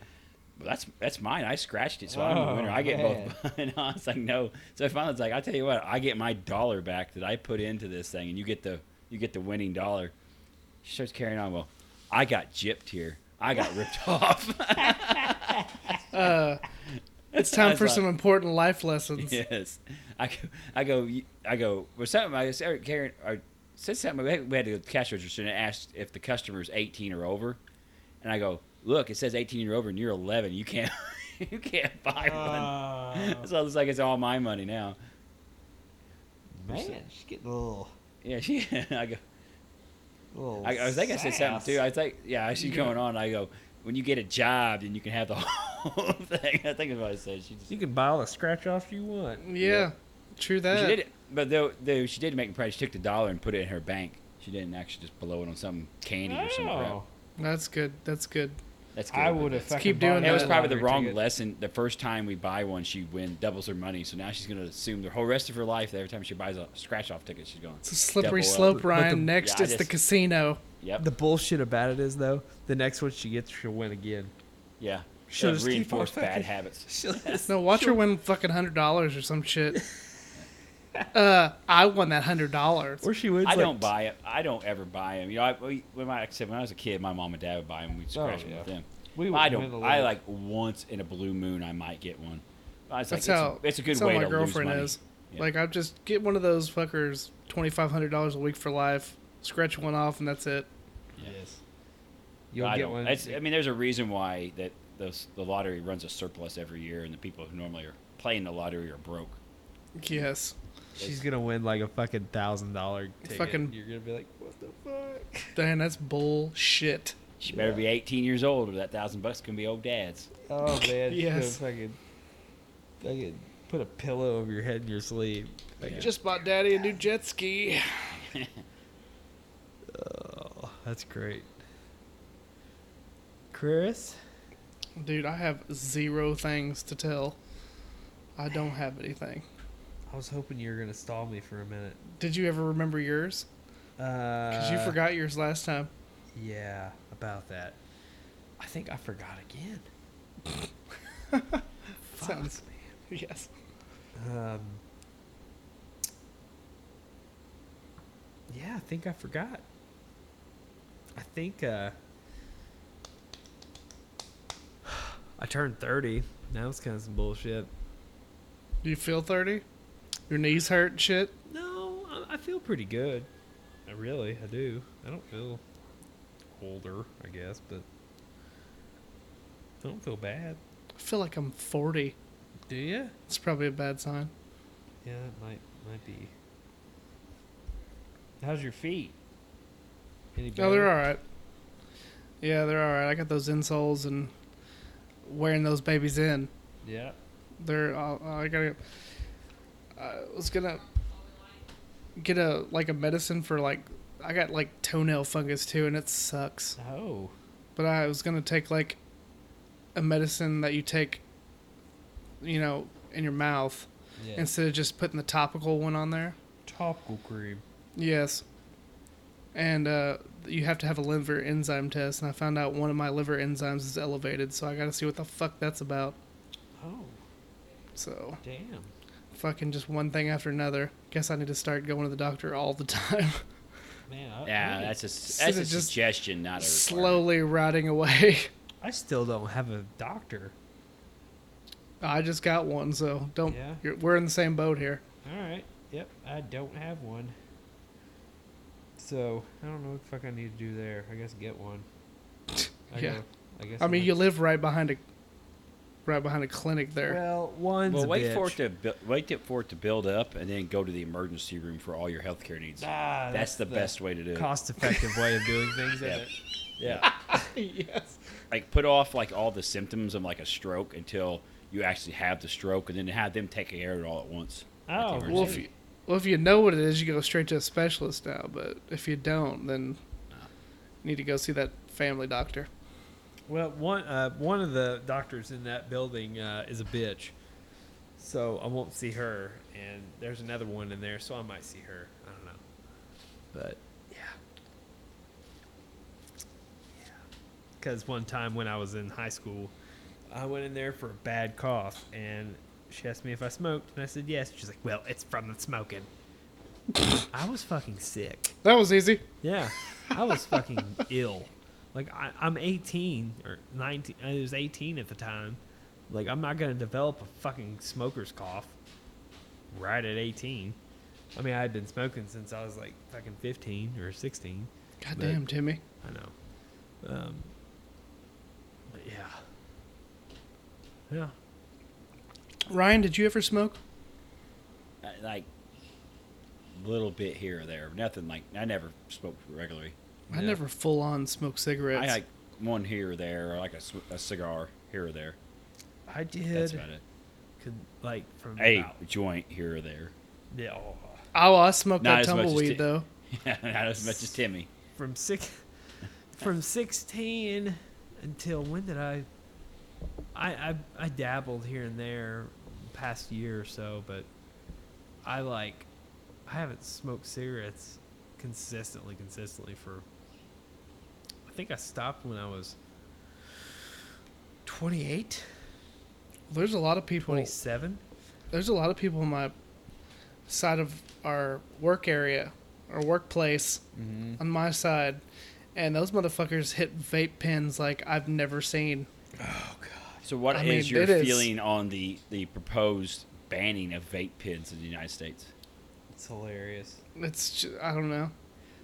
Speaker 2: Well, that's that's mine. I scratched it, so I'm the
Speaker 1: Oh,
Speaker 2: winner. I get
Speaker 1: man.
Speaker 2: both. and I was like, "No." So I finally was like, "I tell you what, I get my dollar back that I put into this thing, and you get the you get the winning dollar." She starts carrying on. Well, I got gypped here. I got ripped off.
Speaker 3: Uh, It's time
Speaker 2: That's
Speaker 3: for
Speaker 2: like-
Speaker 3: some important life lessons.
Speaker 2: Yes, I go, I go, you- I go. Well, something I said, Karen, I said something. We had, we had to go to the cash register and it asked if the customer's eighteen or over, and I go, look, it says eighteen or over, and you're eleven. You can't, you can't buy one. So it's like it's all my money now.
Speaker 1: Man, she's getting a little.
Speaker 2: Yeah, she. I go. I, I think I said something too. I think yeah, she's going on. I go, when you get a job, then you can have the whole thing. I think is what I said. She just
Speaker 1: You can buy all the scratch offs you want.
Speaker 3: Yeah. True that.
Speaker 2: She did it, but though, though she did make a price. She took the dollar and put it in her bank. She didn't actually just blow it on some candy or some crap.
Speaker 3: That's good. That's good.
Speaker 2: That's good.
Speaker 8: I would have
Speaker 3: keep
Speaker 8: fucking
Speaker 3: doing
Speaker 8: bought
Speaker 2: And It was
Speaker 3: that.
Speaker 2: probably the
Speaker 1: Lottery
Speaker 2: wrong
Speaker 1: ticket.
Speaker 2: lesson. The first time we buy one, she win doubles her money. So now she's going to assume the whole rest of her life that every time she buys a scratch off ticket, she's going.
Speaker 3: It's a slippery
Speaker 2: double up.
Speaker 3: slope, Ryan.
Speaker 1: the-
Speaker 3: Next,
Speaker 2: yeah, I
Speaker 3: it's the
Speaker 2: just-
Speaker 3: casino.
Speaker 2: Yep.
Speaker 1: The bullshit about it is though, the next one she gets, she'll win again.
Speaker 2: yeah.
Speaker 1: She'll
Speaker 2: She'll
Speaker 1: just keep on
Speaker 2: reinforce bad
Speaker 1: fucking-
Speaker 2: habits.
Speaker 3: No, watch her win fucking hundred dollars or some shit. uh, I won that hundred dollars.
Speaker 1: Or she wins.
Speaker 2: I
Speaker 1: like,
Speaker 2: don't buy it. I don't ever buy them. You know, I, we- when my like I said, when I was a kid, my mom and dad would buy them. We'd scratch 'em
Speaker 1: yeah.
Speaker 2: with them.
Speaker 1: We
Speaker 2: I
Speaker 1: would win a
Speaker 2: don't.
Speaker 1: lot.
Speaker 2: I like once in a blue moon, I might get one. I was like, it's,
Speaker 3: That's
Speaker 2: a-
Speaker 3: how.
Speaker 2: it's a good
Speaker 3: that's
Speaker 2: way
Speaker 3: how my
Speaker 2: to
Speaker 3: girlfriend
Speaker 2: lose money.
Speaker 3: is.
Speaker 2: Yeah.
Speaker 3: Like, I just get one of those fuckers, twenty five hundred dollars a week for life. Scratch one off, and that's it.
Speaker 1: Yes. You'll
Speaker 2: I
Speaker 1: get
Speaker 2: don't-
Speaker 1: one.
Speaker 2: It's, I mean, there's a reason why that those, the lottery runs a surplus every year, and the people who normally are playing the lottery are broke.
Speaker 3: Yes,
Speaker 1: She's gonna win like a fucking thousand dollar ticket.
Speaker 3: Fucking-
Speaker 1: You're gonna be like, what the fuck?
Speaker 3: Dan, that's bullshit.
Speaker 2: She better be 18 years old, or that thousand bucks can be old dad's.
Speaker 1: Oh man, she's gonna
Speaker 3: Yes.
Speaker 1: fucking, fucking put a pillow over your head in your sleep. Fucking-
Speaker 3: Just bought Daddy a new jet ski.
Speaker 1: oh, that's great. Chris,
Speaker 3: Dude, I have zero things to tell. I don't have anything.
Speaker 1: I was hoping you were gonna stall me for a minute.
Speaker 3: Did you ever remember yours?
Speaker 1: Uh,
Speaker 3: Because you forgot yours last time.
Speaker 1: Yeah, about that. I think I forgot again.
Speaker 3: Sounds. Yes.
Speaker 1: Um, yeah, I think I forgot. I think uh, I turned 30. Now it's kind of some bullshit.
Speaker 3: Do you feel 30? Your knees hurt and shit?
Speaker 1: No, I, I feel pretty good. I really, I do. I don't feel older, I guess, but I don't feel bad.
Speaker 3: I feel like I'm 40.
Speaker 1: Do you?
Speaker 3: It's probably a bad sign.
Speaker 1: Yeah, it might might be. How's your feet? Any
Speaker 3: No, Oh, they're
Speaker 1: better?
Speaker 3: alright. Yeah, they're alright. I got those insoles and wearing those babies in.
Speaker 1: Yeah.
Speaker 3: They're. Uh, I gotta. I was gonna get a like a medicine for like I got like toenail fungus too, and it sucks.
Speaker 1: Oh.
Speaker 3: But I was gonna take like a medicine that you take, you know, in your mouth
Speaker 1: Yeah.
Speaker 3: instead of just putting the topical one on there.
Speaker 1: topical cream.
Speaker 3: Yes. And uh, you have to have a liver enzyme test, and I found out one of my liver enzymes is elevated, so I gotta see what the fuck that's about.
Speaker 1: Oh,
Speaker 3: So.
Speaker 1: damn.
Speaker 3: fucking just one thing after another. Guess I need to start going to the doctor all the time.
Speaker 1: Man, I,
Speaker 2: Yeah,
Speaker 1: I,
Speaker 2: that's a
Speaker 3: So
Speaker 2: that's a
Speaker 3: it's just
Speaker 2: suggestion, not a requirement.
Speaker 3: Slowly rotting away.
Speaker 1: I still don't have a doctor.
Speaker 3: I just got one, so don't.
Speaker 1: Yeah.
Speaker 3: You're, we're in the same boat here.
Speaker 1: All right. Yep, I don't have one. So I don't know what the fuck I need to do there. I guess get one. I
Speaker 3: Yeah.
Speaker 1: gotta- I guess.
Speaker 3: I
Speaker 1: I'm
Speaker 3: mean,
Speaker 1: gonna-
Speaker 3: you live right behind a, right behind a clinic there.
Speaker 1: Well, one's
Speaker 2: Well,
Speaker 1: a
Speaker 2: wait for
Speaker 1: bitch.
Speaker 2: it to bu- wait to- for it to build up, and then go to the emergency room for all your healthcare needs.
Speaker 1: Ah,
Speaker 2: that's, the, best way to do it.
Speaker 1: cost-effective way of doing things. isn't
Speaker 2: Yeah.
Speaker 1: it? Yeah.
Speaker 3: yes.
Speaker 2: Like put off like all the symptoms of like a stroke until you actually have the stroke, and then have them take care of it all at once. at the
Speaker 1: Oh,
Speaker 2: emergency
Speaker 3: Well, if
Speaker 2: room.
Speaker 3: you, well, if you know what it is, you go straight to a specialist now. But if you don't, then you need to go see that family doctor.
Speaker 1: Well, one uh, one of the doctors in that building uh, is a bitch, so I won't see her. And there's another one in there, so I might see her. I don't know, but yeah, Because one time when I was in high school, I went in there for a bad cough, and she asked me if I smoked, and I said yes. She's like, "Well, it's from the smoking." I was fucking sick.
Speaker 3: That was easy.
Speaker 1: Yeah, I was fucking ill. Like I, I'm 18 or 19. I was 18 at the time. Like I'm not gonna develop a fucking smoker's cough right at 18. I mean, I had been smoking since I was like fucking 15 or 16.
Speaker 3: God damn, Timmy.
Speaker 1: I know. Um, but yeah, yeah.
Speaker 3: Ryan, did you ever smoke?
Speaker 2: Uh, like little bit here or there, nothing like I never smoked regularly.
Speaker 3: I
Speaker 1: No.
Speaker 3: never full on smoked cigarettes.
Speaker 2: I like one here or there, or like a, s- a cigar here or there.
Speaker 1: I did.
Speaker 2: That's about it.
Speaker 1: Could like from
Speaker 2: A
Speaker 1: about-
Speaker 2: joint here or there.
Speaker 1: yeah, oh,
Speaker 3: Oh, I smoked
Speaker 2: Not
Speaker 3: that
Speaker 2: as much as
Speaker 3: tumbleweed
Speaker 2: Ti-
Speaker 3: though.
Speaker 2: Not as much as Timmy.
Speaker 1: from six from 16 until when did I, I I I dabbled here and there past year or so, but I like I haven't smoked cigarettes consistently consistently for I think I stopped when I was 28,
Speaker 3: There's a lot of people.
Speaker 1: 27.
Speaker 3: There's a lot of people in my side of our work area, our workplace,
Speaker 2: Mm-hmm.
Speaker 3: on my side, and those motherfuckers hit vape pens like I've never seen.
Speaker 2: So, what is
Speaker 3: I mean,
Speaker 2: your
Speaker 3: it is-
Speaker 2: feeling on the, the proposed banning of vape pens in the United States?
Speaker 1: It's hilarious.
Speaker 3: It's ju- I don't know.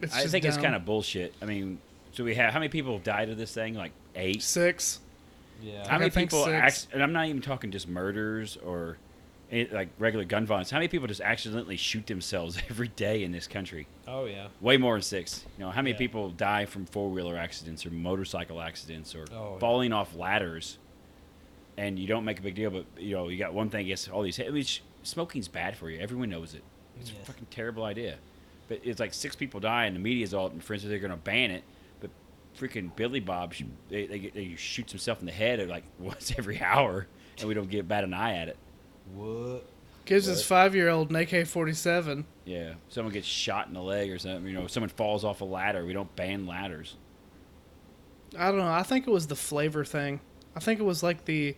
Speaker 3: It's
Speaker 2: I
Speaker 3: just
Speaker 2: think it's
Speaker 3: dumb.
Speaker 2: kind of bullshit. I mean, so we have how many people have died of this thing? Like eight.
Speaker 3: six.
Speaker 1: Yeah.
Speaker 2: How many
Speaker 3: I think
Speaker 2: people?
Speaker 3: six.
Speaker 2: Ac- and I'm not even talking just murders or it, like regular gun violence. How many people just accidentally shoot themselves every day in this country?
Speaker 1: Oh yeah.
Speaker 2: Way more than six. You know, how many
Speaker 1: Yeah.
Speaker 2: people die from four wheeler accidents or motorcycle accidents or
Speaker 1: Oh, yeah.
Speaker 2: falling off ladders? And you don't make a big deal, but you know, you got one thing against all these. I mean, sh- smoking's bad for you. Everyone knows it. It's
Speaker 1: Yeah.
Speaker 2: a fucking terrible idea. But it's like six people die, and the media's all and friends are they're gonna ban it. But freaking Billy Bob, sh- they, they, get- they shoots himself in the head at like once every hour, and we don't get bat an eye at it.
Speaker 1: What?
Speaker 3: Gives his five year old an AK 47.
Speaker 2: Yeah, someone gets shot in the leg or something. You know, someone falls off a ladder. We don't ban ladders.
Speaker 3: I don't know. I think it was the flavor thing. I think it was like the.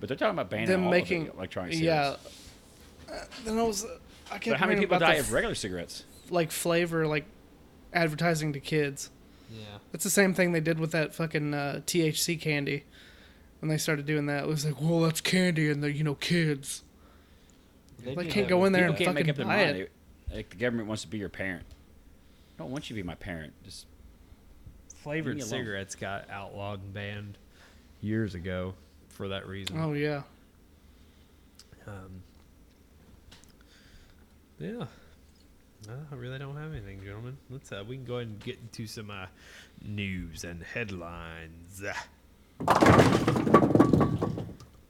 Speaker 2: But they're talking about banning
Speaker 3: them
Speaker 2: all
Speaker 3: making.
Speaker 2: of the electronic
Speaker 3: Yeah.
Speaker 2: cigarettes.
Speaker 3: Uh, Then I was. I
Speaker 2: But
Speaker 3: kept
Speaker 2: how many
Speaker 3: hearing
Speaker 2: people
Speaker 3: about
Speaker 2: die
Speaker 3: the
Speaker 2: of regular cigarettes?
Speaker 3: f- Like flavor, like advertising to kids.
Speaker 1: Yeah.
Speaker 3: That's the same thing they did with that fucking uh, THC candy. When they started doing that, it was like, well, that's candy, and they're, you know, kids.
Speaker 1: They
Speaker 3: Like,
Speaker 1: do
Speaker 3: can't
Speaker 1: that
Speaker 3: go
Speaker 1: with
Speaker 3: in there
Speaker 2: People
Speaker 3: and
Speaker 2: can't make
Speaker 3: fucking
Speaker 2: up their
Speaker 3: buy
Speaker 2: mind.
Speaker 3: it.
Speaker 2: They- Like the government wants to be your parent. I don't want you to be my parent. Just
Speaker 1: flavored
Speaker 2: Leave me alone.
Speaker 1: cigarettes got outlawed and banned years ago for that
Speaker 2: Mm.
Speaker 1: reason.
Speaker 3: Oh, yeah.
Speaker 1: Um, yeah. No, I really don't have anything, gentlemen. Let's uh, we can go ahead and get into some uh, news and headlines.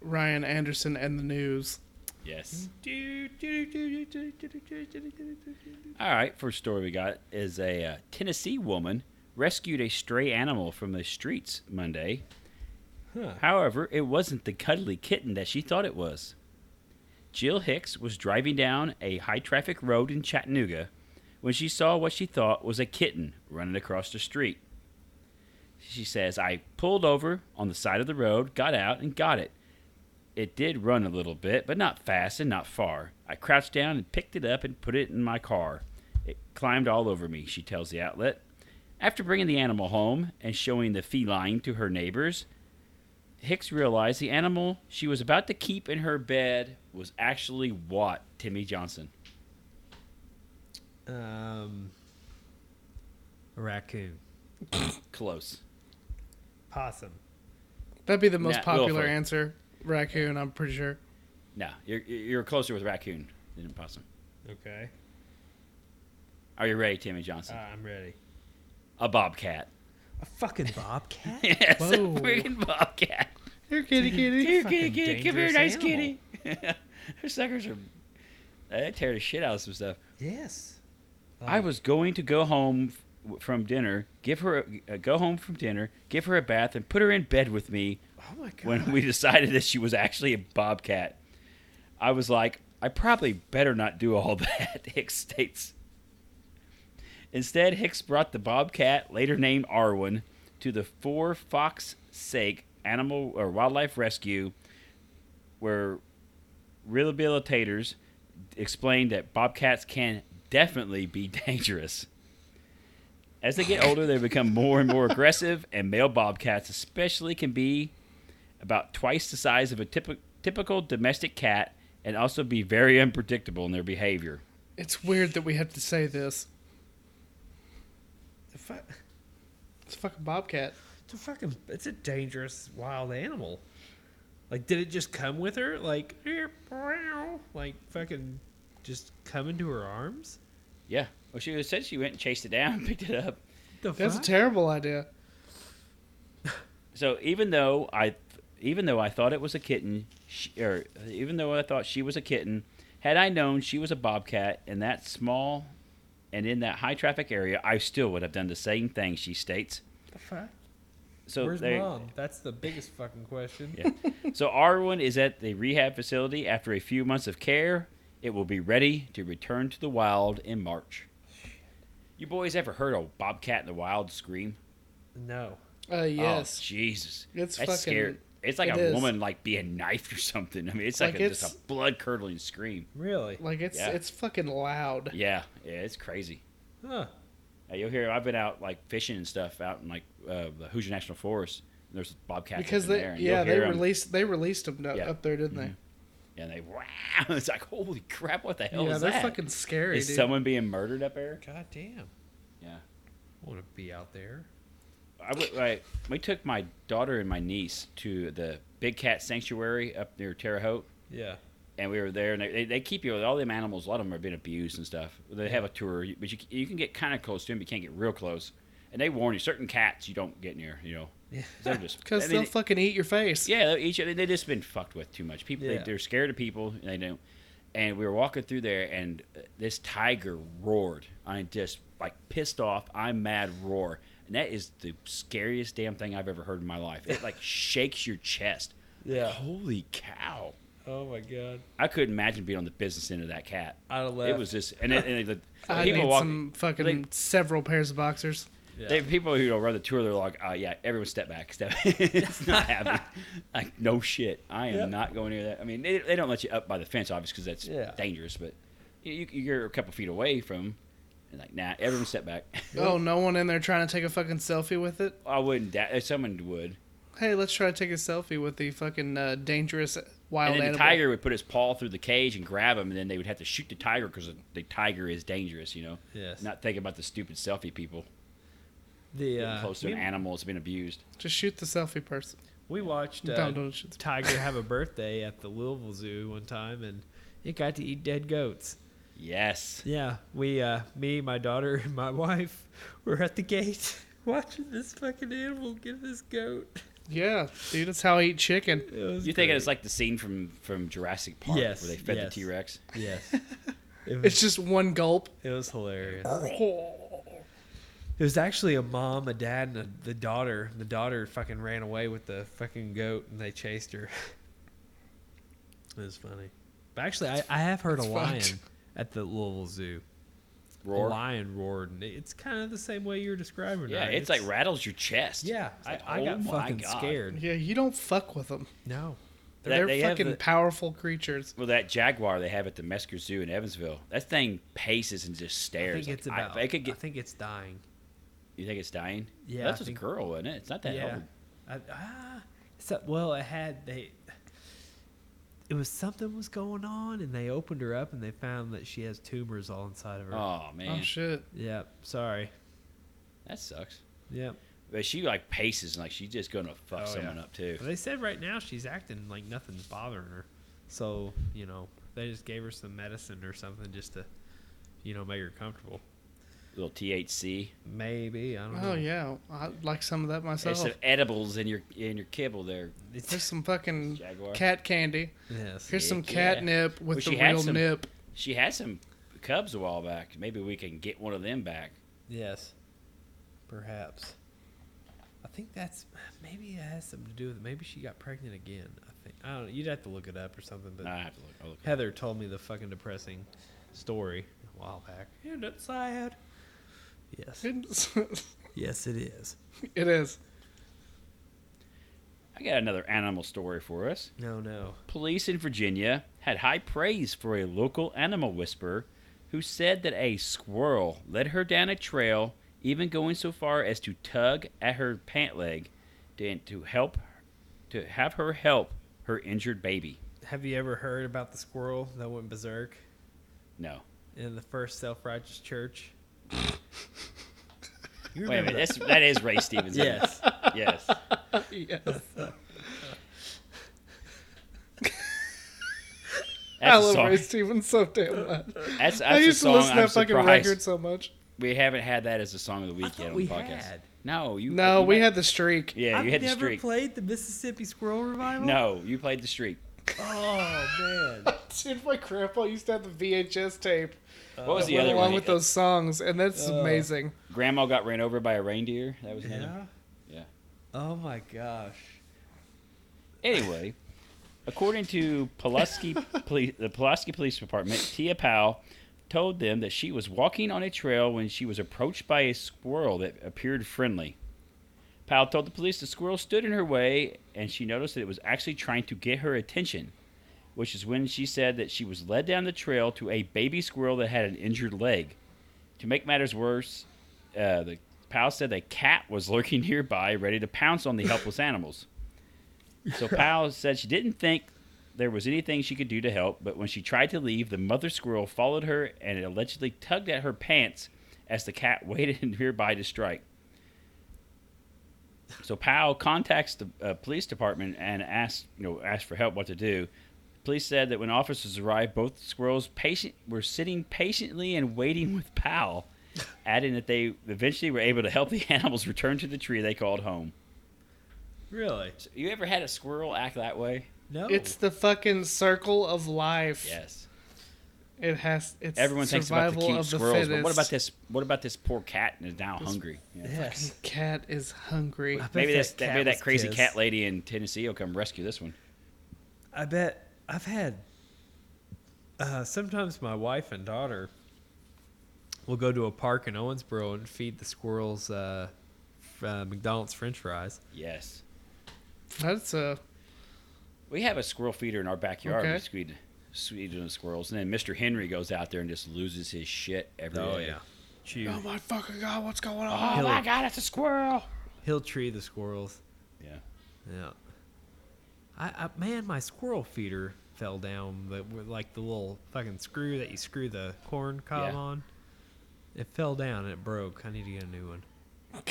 Speaker 3: Ryan Anderson and the news. Hmm?
Speaker 2: yes. All right. First story we got is a uh, Tennessee woman rescued a stray animal from the streets Monday.
Speaker 1: Huh.
Speaker 2: However, it wasn't the cuddly kitten that she thought it was. Jill Hicks was driving down a high traffic road in Chattanooga when she saw what she thought was a kitten running across the street. She says, I pulled over on the side of the road, got out, and got it. It did run a little bit, but not fast and not far. I crouched down and picked it up and put it in my car. It climbed all over me, she tells the outlet. After bringing the animal home and showing the feline to her neighbors, Hicks realized the animal she was about to keep in her bed was actually Watt Timmy Johnson.
Speaker 1: Um, a raccoon,
Speaker 2: Close.
Speaker 1: possum.
Speaker 3: That'd be the most
Speaker 2: Nat
Speaker 3: popular
Speaker 2: Wilfer.
Speaker 3: answer. Raccoon, I'm pretty sure.
Speaker 2: No, you're you're closer with raccoon than possum.
Speaker 1: Okay,
Speaker 2: Are you ready, Timmy
Speaker 1: uh,
Speaker 2: Johnson?
Speaker 1: I'm ready.
Speaker 2: a bobcat.
Speaker 1: A fucking bobcat.
Speaker 2: Yes, a
Speaker 3: Whoa.
Speaker 2: freaking bobcat.
Speaker 3: Here, kitty,
Speaker 2: Here,
Speaker 3: kitty.
Speaker 2: kitty,
Speaker 1: fucking
Speaker 2: kitty, come here, nice
Speaker 1: dangerous
Speaker 2: kitty. Her suckers are. They tear the shit out of some stuff.
Speaker 1: yes.
Speaker 2: I was going to go home f- w- from dinner, give her a, uh, go home from dinner, give her a bath, and put her in bed with me
Speaker 1: Oh my god.
Speaker 2: when we decided that she was actually a bobcat. I was like, I probably better not do all that, Hicks states. Instead, Hicks brought the bobcat, later named Arwen, to the For Fox Sake Animal or Wildlife Rescue, where rehabilitators explained that bobcats can definitely be dangerous. As they get older, they become more and more aggressive, and male bobcats, especially, can be about twice the size of a typ- typical domestic cat and also be very unpredictable in their behavior.
Speaker 3: It's weird that we have to say this.
Speaker 1: It's a fu-
Speaker 3: It's a fucking bobcat.
Speaker 1: It's a fucking. It's a dangerous wild animal. Like, did it just come with her? Like, "Here, meow," like fucking, just come into her arms?
Speaker 2: Yeah. Well, she said she went and chased it down, picked it up.
Speaker 1: The
Speaker 3: That's a
Speaker 1: fuck?
Speaker 3: terrible idea.
Speaker 2: So even though I, even though I thought it was a kitten, she, or even though I thought she was a kitten, had I known she was a bobcat in that small, and in that high traffic area, I still would have done the same thing. She states.
Speaker 1: the fuck?
Speaker 2: So
Speaker 1: Where's
Speaker 2: they-
Speaker 1: mom? That's the biggest fucking question.
Speaker 2: Yeah. So Arwen is at the rehab facility after a few months of care. It will be ready to return to the wild in March. You boys ever heard a bobcat in the wild scream?
Speaker 1: No.
Speaker 3: Uh, yes.
Speaker 2: Oh, Jesus.
Speaker 3: It's
Speaker 2: That's
Speaker 3: fucking-
Speaker 2: scary. It's like
Speaker 3: it
Speaker 2: a
Speaker 3: is.
Speaker 2: woman like being knifed or something. I mean, it's like,
Speaker 3: Like,
Speaker 2: a, just
Speaker 3: it's-
Speaker 2: a blood curdling scream.
Speaker 1: Really?
Speaker 3: like it's
Speaker 2: Yeah.
Speaker 3: it's fucking loud.
Speaker 2: Yeah, yeah, it's crazy.
Speaker 1: Huh.
Speaker 2: Uh, You'll hear. I've been out like fishing and stuff out in like uh, the Hoosier National Forest. And there's bobcats
Speaker 3: because
Speaker 2: up in
Speaker 3: they
Speaker 2: there, and
Speaker 3: yeah
Speaker 2: you'll
Speaker 3: they
Speaker 2: hear 'em,
Speaker 3: released they released them
Speaker 2: Yeah. Mm-hmm.
Speaker 3: up there, didn't
Speaker 2: and they wow. It's like holy crap! What the
Speaker 3: they?
Speaker 2: hell
Speaker 3: yeah,
Speaker 2: Oh, is
Speaker 3: they're
Speaker 2: that?
Speaker 3: fucking scary,
Speaker 2: is
Speaker 3: dude.
Speaker 2: someone being murdered up there?
Speaker 1: God damn.
Speaker 2: Yeah.
Speaker 1: I want to be out there.
Speaker 2: I, w- I- we took my daughter and my niece to the Big Cat Sanctuary up near Terre Haute,
Speaker 1: Yeah.
Speaker 2: and we were there. And they, they, they keep you with all them animals. A lot of them are being abused and stuff. They have a tour, you- but you, c- you can get kind of close to them. You can't get real close. And they warn you: certain cats you don't get near. You know,
Speaker 1: Yeah.
Speaker 2: they're just
Speaker 3: because
Speaker 2: I mean,
Speaker 3: they'll fucking eat your face.
Speaker 2: Yeah, each other. They just been fucked with too much. People,
Speaker 1: Yeah.
Speaker 2: they, they're scared of people. And they don't. And we were walking through there, and uh, this tiger roared. I just like pissed off. I'm mad roar, and that is the scariest damn thing I've ever heard in my life. It like shakes your chest. Like,
Speaker 1: Yeah.
Speaker 2: holy cow!
Speaker 1: Oh my god.
Speaker 2: I couldn't imagine being on the business end of that cat.
Speaker 1: I'd have
Speaker 2: It
Speaker 1: left.
Speaker 2: was just and, it, and the
Speaker 3: I
Speaker 2: people
Speaker 3: need
Speaker 2: walk.
Speaker 3: some fucking
Speaker 2: they-
Speaker 3: several pairs of boxers.
Speaker 1: Yeah.
Speaker 2: They, people who don't run the tour, they're like, oh, yeah, everyone step back. Step. it's not happening. like, no shit. I am
Speaker 1: Yep.
Speaker 2: not going near that. I mean, they, they don't let you up by the fence, obviously, because that's
Speaker 1: Yeah.
Speaker 2: dangerous, but you, you, you're a couple feet away from, and like, nah, everyone step back.
Speaker 3: Oh, no one in there trying to take a fucking selfie with it.
Speaker 2: I wouldn't, da- if someone would.
Speaker 3: Hey, let's try to take a selfie with the fucking uh, dangerous wild
Speaker 2: And then
Speaker 3: animal.
Speaker 2: the tiger would put his paw through the cage and grab him, and then they would have to shoot the tiger because the tiger is dangerous, you know?
Speaker 1: Yes.
Speaker 2: Not thinking about the stupid selfie people.
Speaker 1: the
Speaker 2: Getting
Speaker 1: uh,
Speaker 2: close to
Speaker 1: we,
Speaker 2: an animal that's been abused.
Speaker 3: Just shoot the selfie person.
Speaker 1: we watched uh,
Speaker 3: Don't- don't shoot the-
Speaker 1: Tiger have a birthday at the Louisville Zoo one time, and it got to eat dead goats.
Speaker 2: Yes.
Speaker 1: Yeah, we, uh, me, my daughter, and my wife were at the gate watching this fucking animal give this goat.
Speaker 3: Yeah, dude, that's how I eat chicken.
Speaker 1: It was
Speaker 2: You think
Speaker 1: great.
Speaker 2: it's like the scene from, from Jurassic Park
Speaker 1: Yes,
Speaker 2: where they fed
Speaker 1: yes.
Speaker 2: the T Rex?
Speaker 1: Yes. It
Speaker 3: It's
Speaker 1: was,
Speaker 3: just one gulp.
Speaker 1: it was hilarious. It was actually a mom, a dad, and a, the daughter. The daughter fucking ran away with the fucking goat, and they chased her. it was funny. But actually, I, I have heard a
Speaker 3: It's
Speaker 1: lion
Speaker 3: fucked.
Speaker 1: at the Louisville Zoo.
Speaker 2: Roar.
Speaker 1: A lion roared, and it's kind of the same way you're describing.
Speaker 2: Yeah,
Speaker 1: right?
Speaker 2: it's, like rattles your chest.
Speaker 1: yeah.
Speaker 2: It's
Speaker 1: I,
Speaker 2: like,
Speaker 1: I
Speaker 2: oh
Speaker 1: got
Speaker 2: my
Speaker 1: fucking
Speaker 2: God.
Speaker 1: scared.
Speaker 3: Yeah, you don't fuck with them.
Speaker 1: No,
Speaker 2: That-
Speaker 3: They're
Speaker 2: they have
Speaker 3: fucking
Speaker 2: the-
Speaker 3: powerful creatures.
Speaker 2: well, that jaguar they have at the Mesker Zoo in Evansville, that thing paces and just
Speaker 1: I think
Speaker 2: stares. Like,
Speaker 1: it's about.
Speaker 2: I,
Speaker 1: I,
Speaker 2: if I could get.
Speaker 1: think it's dying.
Speaker 2: you think it's dying?
Speaker 1: Yeah, I
Speaker 2: that's just a
Speaker 1: think-
Speaker 2: girl, isn't it? It's not that
Speaker 1: yeah.
Speaker 2: old.
Speaker 1: I, ah, so, well, it had they. It was something was going on, and they opened her up, and they found that she has tumors all inside of her.
Speaker 2: Oh man,
Speaker 3: Oh shit.
Speaker 1: Yep. Sorry.
Speaker 2: that sucks.
Speaker 1: Yep.
Speaker 2: But she like paces and like she's just gonna fuck
Speaker 1: Oh,
Speaker 2: someone
Speaker 1: yeah.
Speaker 2: up too.
Speaker 1: But they said right now she's acting like nothing's bothering her, so you know they just gave her some medicine or something just to, you know, make her comfortable.
Speaker 2: little THC.
Speaker 1: Maybe I don't know.
Speaker 3: Oh yeah, I like some of that
Speaker 2: There's
Speaker 3: myself.
Speaker 2: some edibles in your in your kibble there.
Speaker 1: It's
Speaker 3: There's
Speaker 1: just
Speaker 3: some fucking
Speaker 2: Jaguar.
Speaker 3: cat candy.
Speaker 1: yes.
Speaker 3: Here's some
Speaker 2: Heck yeah.
Speaker 3: catnip with
Speaker 2: Wish
Speaker 3: the
Speaker 2: you had
Speaker 3: real
Speaker 2: some.
Speaker 3: nip.
Speaker 2: She had some cubs a while back. Maybe we can get one of them back.
Speaker 1: Yes. Perhaps. I think that's maybe it has something to do with it. Maybe she got pregnant again. I think I don't. know. You'd have to look it up or something. But
Speaker 2: I have to look. I'll look.
Speaker 1: Heather told me the fucking depressing story a while back. Isn't it sad? Yes.
Speaker 3: it
Speaker 1: Yes, it is.
Speaker 3: is.
Speaker 2: I got another animal story for us.
Speaker 1: No, no.
Speaker 2: Police in Virginia had high praise for a local animal whisperer who said that a squirrel led her down a trail, even going so far as to tug at her pant leg to, to help to have her help her injured baby.
Speaker 1: Have you ever heard about the squirrel that went berserk
Speaker 2: No.
Speaker 1: in the first self-righteous church? you
Speaker 2: Wait a
Speaker 1: remember
Speaker 2: minute. That's, that is Ray Stevens.
Speaker 1: that?
Speaker 2: isn't it?
Speaker 1: Yes.
Speaker 2: Yes.
Speaker 3: Yes. I
Speaker 2: That's a
Speaker 3: love
Speaker 2: song.
Speaker 3: Ray Stevens so damn much.
Speaker 2: That's, that's
Speaker 3: I used
Speaker 2: a
Speaker 3: to
Speaker 2: song
Speaker 3: listen to
Speaker 2: I'm
Speaker 3: that fucking
Speaker 2: surprised
Speaker 3: record so much.
Speaker 2: We haven't had that as a song of the week
Speaker 1: thought
Speaker 2: yet on
Speaker 1: we
Speaker 2: the podcast.
Speaker 1: had.
Speaker 2: No, you.
Speaker 3: No,
Speaker 2: you
Speaker 3: we
Speaker 2: had-
Speaker 3: had the streak.
Speaker 2: Yeah, you
Speaker 1: I've
Speaker 2: had the
Speaker 1: never
Speaker 2: streak.
Speaker 1: played the Mississippi Squirrel Revival.
Speaker 2: No, you played the streak.
Speaker 1: Oh man.
Speaker 3: Dude, my grandpa used to have the VHS tape
Speaker 2: What was
Speaker 3: Uh, that
Speaker 2: the
Speaker 3: went
Speaker 2: other
Speaker 3: along
Speaker 2: one? Uh,
Speaker 3: with those songs, and that's amazing.
Speaker 2: Grandma got ran over by a reindeer. That was another.
Speaker 1: Yeah. Oh my gosh.
Speaker 2: Anyway, according to Pulaski police, the Pulaski Police Department, Tia Powell told them that she was walking on a trail when she was approached by a squirrel that appeared friendly. Powell told the police the squirrel stood in her way and she noticed that it was actually trying to get her attention, which is when she said that she was led down the trail to a baby squirrel that had an injured leg. To make matters worse, uh, the Powell said a cat was lurking nearby, ready to pounce on the helpless animals. So Powell said she didn't think there was anything she could do to help, but when she tried to leave, the mother squirrel followed her and it allegedly tugged at her pants as the cat waited nearby to strike. So Powell contacts the uh, police department and asks, you know, asks for help what to do. Police said that when officers arrived, both squirrels patient were sitting patiently and waiting with Powell, adding that they eventually were able to help the animals return to the tree they called home.
Speaker 1: Really?
Speaker 2: So you ever had a squirrel act that way?
Speaker 1: No.
Speaker 3: It's the fucking circle of life.
Speaker 2: Yes.
Speaker 3: It has. It's
Speaker 2: Everyone thinks about the
Speaker 3: survival
Speaker 2: cute
Speaker 3: of the
Speaker 2: squirrels, but what about
Speaker 3: fittest.
Speaker 2: this? What about this poor cat and is now hungry? Yeah.
Speaker 1: yes.
Speaker 3: Cat is hungry.
Speaker 1: I bet
Speaker 2: Maybe
Speaker 1: that
Speaker 2: that's, that,
Speaker 1: cat
Speaker 2: maybe that
Speaker 1: was
Speaker 2: crazy
Speaker 1: pissed.
Speaker 2: cat lady in Tennessee will come rescue this one.
Speaker 1: I bet I've had. Uh, sometimes my wife and daughter will go to a park in Owensboro and feed the squirrels uh, f- uh, McDonald's French fries.
Speaker 2: Yes,
Speaker 3: That's a
Speaker 2: we have a squirrel feeder in our backyard.
Speaker 3: Okay.
Speaker 2: We just feed feed to the squirrels, and then Mr. Henry goes out there and just loses his shit every day.
Speaker 1: Oh, Chew.
Speaker 3: oh my fucking god, what's going
Speaker 2: Oh
Speaker 3: on?
Speaker 2: my god, it's a squirrel!
Speaker 1: He'll tree the squirrels.
Speaker 2: Yeah,
Speaker 1: Yeah. I, I man, my squirrel feeder fell down, but with like the little fucking screw that you screw the corn cob
Speaker 2: Yeah.
Speaker 1: on. It fell down and it broke. I need to get a new one.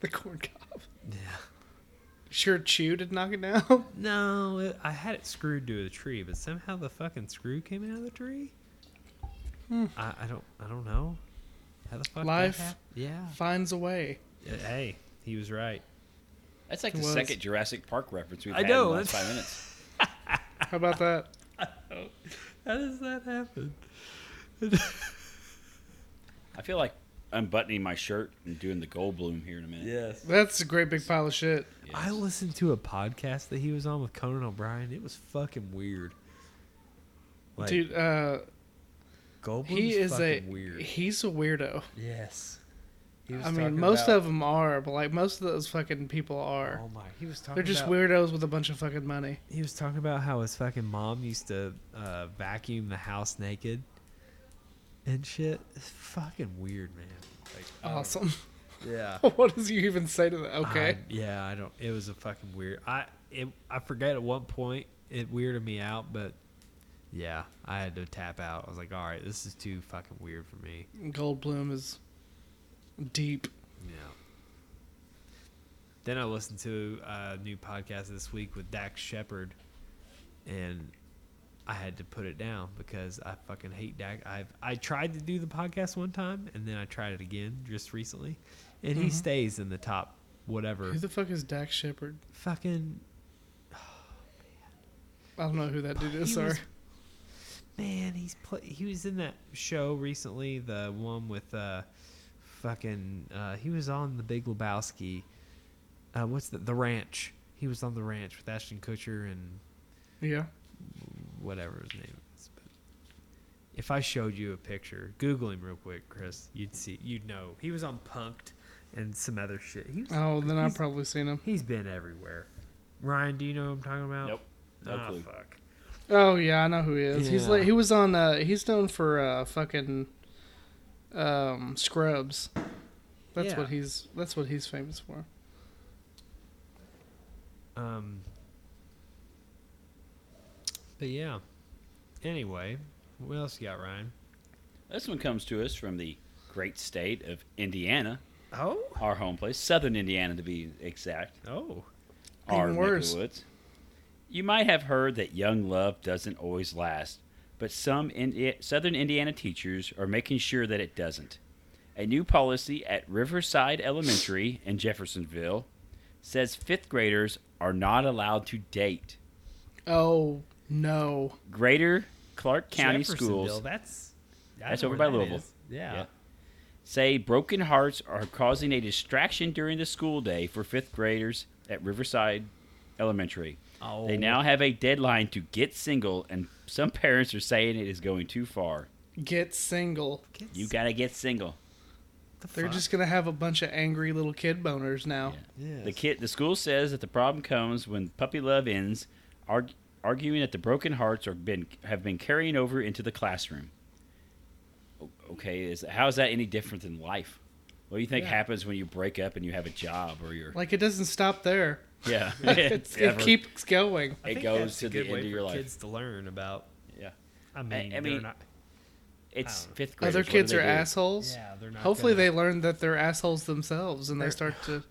Speaker 3: the corn cob.
Speaker 1: Yeah.
Speaker 3: Sure, Chew did knock it down.
Speaker 1: No, it, I had it screwed to the tree, but somehow the fucking screw came out of the tree. I, I don't I don't know. How the fuck that
Speaker 3: Hmm. Life.
Speaker 1: hap- Yeah.
Speaker 3: Finds a way.
Speaker 1: Uh, Hey, he was right.
Speaker 2: that's like the
Speaker 3: was.
Speaker 2: second Jurassic Park reference we've
Speaker 1: I
Speaker 2: had
Speaker 1: know,
Speaker 2: in the last
Speaker 1: that's-
Speaker 2: five minutes.
Speaker 3: How about that?
Speaker 1: How does that happen?
Speaker 2: I feel like unbuttoning my shirt and doing the gold bloom here in a minute.
Speaker 1: Yes.
Speaker 3: That's a great big pile of shit.
Speaker 1: I listened to a podcast that he was on with Conan O'Brien. It was fucking weird. Like,
Speaker 3: Dude, uh,
Speaker 1: Goldblum's
Speaker 3: he is a
Speaker 1: fucking weird.
Speaker 3: he's a weirdo.
Speaker 1: yes. He was
Speaker 3: I
Speaker 1: talking
Speaker 3: mean, most
Speaker 1: about-
Speaker 3: of them are, but like most of those fucking people are.
Speaker 1: Oh my! He was talking.
Speaker 3: They're just
Speaker 1: about-
Speaker 3: weirdos with a bunch of fucking money.
Speaker 1: He was talking about how his fucking mom used to uh, vacuum the house naked and shit. It's fucking weird, man. Like, I don't-
Speaker 3: Awesome.
Speaker 1: Yeah.
Speaker 3: what does you even say to that? Okay.
Speaker 1: I- yeah, I don't. It was a fucking weird. I it, I forget at one point it weirded me out, but yeah, I had to tap out. I was like, all right, this is too fucking weird for me.
Speaker 3: Goldblum is deep.
Speaker 1: Yeah. Then I listened to a new podcast this week with Dax Shepard, and I had to put it down because I fucking hate Dax. I I tried to do the podcast one time, and then I tried it again just recently, and he stays in the top whatever.
Speaker 3: Who the fuck is Dax Shepard?
Speaker 1: fucking
Speaker 3: I don't know who that dude is.
Speaker 1: He
Speaker 3: Sorry.
Speaker 1: was- man, he's play, he was in that show recently, the one with uh, fucking. Uh, he was on The Big Lebowski. Uh, what's the The Ranch? He was on The Ranch with Ashton Kutcher and
Speaker 3: Yeah.
Speaker 1: whatever his name is. But if I showed you a picture, Google him real quick, Chris. You'd see, you'd know. He was on Punked and some other shit. He was,
Speaker 3: Oh, then I've probably seen him.
Speaker 1: he's been everywhere. Ryan, do you know who I'm talking about?
Speaker 2: Nope. No
Speaker 1: Ah,
Speaker 2: clue.
Speaker 1: fuck.
Speaker 3: Oh yeah, I know who he is. He's
Speaker 1: Yeah.
Speaker 3: like he was on. Uh, he's known for uh, fucking um, Scrubs. That's
Speaker 1: Yeah.
Speaker 3: what he's. That's what he's famous for.
Speaker 1: Um, but yeah. Anyway, what else you got, Ryan?
Speaker 2: This one comes to us from the great state of Indiana,
Speaker 1: Oh,
Speaker 2: our home place, Southern Indiana to be exact.
Speaker 1: oh,
Speaker 3: Even
Speaker 2: Our neck of the
Speaker 3: worse.
Speaker 2: woods. You might have heard that young love doesn't always last, but some Indi- Southern Indiana teachers are making sure that it doesn't. A new policy at Riverside Elementary in Jeffersonville says fifth graders are not allowed to date.
Speaker 3: Oh no.
Speaker 2: Greater Clark County schools
Speaker 1: That's
Speaker 2: That's over by Louisville.
Speaker 1: Yeah.
Speaker 2: Yeah. say broken hearts are causing a distraction during the school day for fifth graders at Riverside Elementary.
Speaker 1: Oh.
Speaker 2: They now have a deadline to get single, and some parents are saying it is going too far.
Speaker 3: Get single.
Speaker 2: You gotta get single.
Speaker 1: the
Speaker 3: They're
Speaker 1: fuck?
Speaker 3: just gonna have a bunch of angry little kid boners now.
Speaker 2: Yeah.
Speaker 1: Oh, Yes.
Speaker 2: The kid, the school says that the problem comes when puppy love ends, arg- arguing that the broken hearts are been have been carrying over into the classroom. O- Okay, is how is that any different than life? What do you think
Speaker 3: Yeah.
Speaker 2: happens when you break up and you have a job or you're
Speaker 3: Like it doesn't stop there.
Speaker 2: yeah?
Speaker 3: It's, it
Speaker 2: Ever.
Speaker 3: keeps going.
Speaker 1: I
Speaker 2: it
Speaker 1: think
Speaker 2: goes
Speaker 1: that's
Speaker 2: to
Speaker 1: a
Speaker 2: the
Speaker 1: good
Speaker 2: end
Speaker 1: way
Speaker 2: of
Speaker 1: for
Speaker 2: your life.
Speaker 1: Kids to learn about.
Speaker 2: Yeah.
Speaker 1: I mean,
Speaker 2: I
Speaker 1: they're
Speaker 2: mean,
Speaker 1: not- I
Speaker 2: It's
Speaker 1: don't know.
Speaker 2: fifth grade.
Speaker 3: Other kids are assholes.
Speaker 1: yeah, they're not.
Speaker 3: Hopefully
Speaker 1: gonna-
Speaker 3: they learn that they're assholes themselves and they start to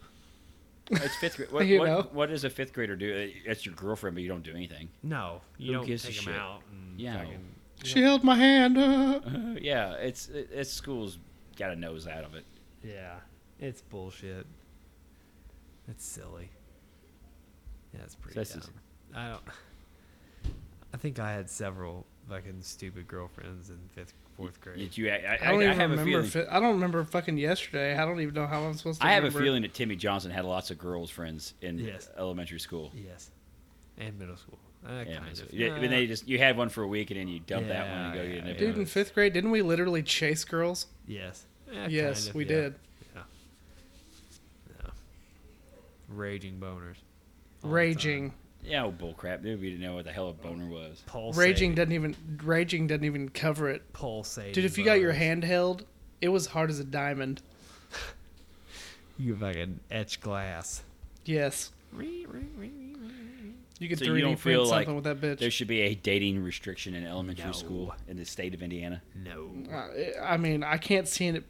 Speaker 2: It's fifth grade. What,
Speaker 3: You
Speaker 2: what,
Speaker 3: know?
Speaker 2: what does a fifth grader do? That's your girlfriend, but you don't do anything.
Speaker 1: no, you
Speaker 2: Who
Speaker 1: don't
Speaker 2: gives a
Speaker 1: take them
Speaker 2: shit?
Speaker 1: out. And
Speaker 2: Yeah.
Speaker 1: fucking-
Speaker 3: She held my hand. uh.
Speaker 2: Uh, yeah, it's it, it's school's got a nose out of it.
Speaker 1: yeah, it's bullshit. It's silly. Yeah, it's pretty
Speaker 2: This
Speaker 1: dumb.
Speaker 2: is-
Speaker 1: I don't. I think I had several fucking stupid girlfriends in fifth, fourth grade.
Speaker 2: Did you? I, I,
Speaker 3: I don't
Speaker 2: I
Speaker 3: even
Speaker 2: have a
Speaker 3: remember.
Speaker 2: feeling.
Speaker 3: Fi- I don't remember fucking yesterday. I don't even know how I'm supposed to.
Speaker 2: I have a
Speaker 3: remember.
Speaker 2: feeling that Timmy Johnson had lots of girls friends in
Speaker 1: Yes.
Speaker 2: elementary school.
Speaker 1: Yes. And middle school. Uh,
Speaker 2: Yeah,
Speaker 1: kind of.
Speaker 2: yeah,
Speaker 1: Uh,
Speaker 2: when they just you had one for a week and then you dump that one
Speaker 1: Yeah,
Speaker 2: and go
Speaker 1: yeah,
Speaker 2: get another
Speaker 3: Dude,
Speaker 2: one.
Speaker 3: in fifth grade, didn't we literally chase girls?
Speaker 1: yes. Eh,
Speaker 3: yes,
Speaker 1: kind of,
Speaker 3: we
Speaker 1: yeah.
Speaker 3: did.
Speaker 1: Yeah. Yeah. Raging boners. All the
Speaker 3: Raging,
Speaker 1: time.
Speaker 2: Yeah, oh, bull crap. Dude, we didn't know what the hell a boner was.
Speaker 1: Pulsating.
Speaker 3: raging doesn't even raging doesn't even cover it.
Speaker 1: Pulsating.
Speaker 3: Dude, if you got your
Speaker 1: boners.
Speaker 3: hand held, it was hard as a diamond.
Speaker 1: You could fucking etch glass.
Speaker 3: Yes, you could
Speaker 2: So you
Speaker 3: 3D
Speaker 2: don't
Speaker 3: print
Speaker 2: feel like
Speaker 3: something with that bitch.
Speaker 2: There should be a dating restriction in elementary
Speaker 1: No.
Speaker 2: school in the state of Indiana.
Speaker 1: No.
Speaker 3: Uh, it- I mean, I can't see it.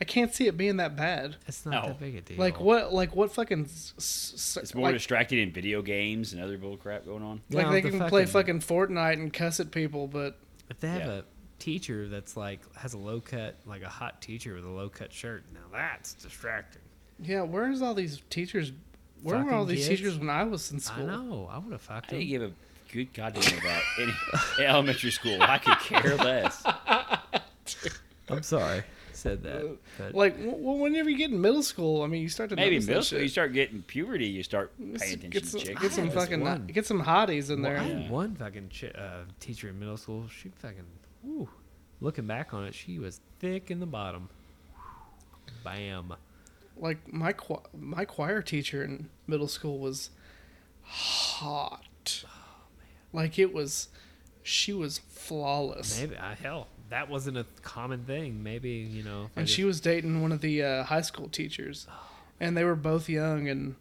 Speaker 3: I can't see it being that bad.
Speaker 1: It's not
Speaker 2: No.
Speaker 1: that big a deal.
Speaker 3: Like what? Like what? Fucking. s- s-
Speaker 2: It's more
Speaker 3: like-
Speaker 2: distracting in video games and other bull crap going on.
Speaker 1: Yeah,
Speaker 3: like they
Speaker 1: the
Speaker 3: can play
Speaker 1: fucking-
Speaker 3: fucking Fortnite and cuss at people, but
Speaker 1: If they have
Speaker 2: Yeah.
Speaker 1: a teacher that's like has a low cut, like a hot teacher with a low cut shirt, now that's distracting.
Speaker 3: Yeah, where's all these teachers? Where were all
Speaker 1: Fucking
Speaker 3: these
Speaker 1: kids.
Speaker 3: teachers when I was in
Speaker 1: I
Speaker 3: school?
Speaker 1: know. I would have
Speaker 2: I
Speaker 1: fucked
Speaker 2: didn't
Speaker 1: him.
Speaker 2: give a good goddamn about any elementary school. I could care less.
Speaker 1: I'm sorry. Said that. But
Speaker 3: Like, w- well, whenever you get in middle school, I mean, you start to
Speaker 2: Maybe
Speaker 3: notice that
Speaker 2: middle school,
Speaker 3: shit.
Speaker 2: you start getting puberty, you start paying
Speaker 3: Let's
Speaker 2: attention
Speaker 3: get
Speaker 2: to
Speaker 3: some,
Speaker 2: chicks.
Speaker 3: get some
Speaker 1: Yeah, that's
Speaker 3: fucking
Speaker 1: one.
Speaker 3: get some hotties in
Speaker 1: Well,
Speaker 3: there.
Speaker 1: I
Speaker 2: Yeah.
Speaker 1: had one fucking chi- uh, teacher in middle school. She fucking, whew, looking back on it, she was thick in the bottom. Bam.
Speaker 3: like my cho- my choir teacher in middle school was hot.
Speaker 1: Oh,
Speaker 3: Like it was, she was flawless,
Speaker 1: Maybe uh, hell, that wasn't a common thing. Maybe you know. if I
Speaker 3: and she
Speaker 1: just- Oh.
Speaker 3: was dating one of the uh, high school teachers, and they were both young and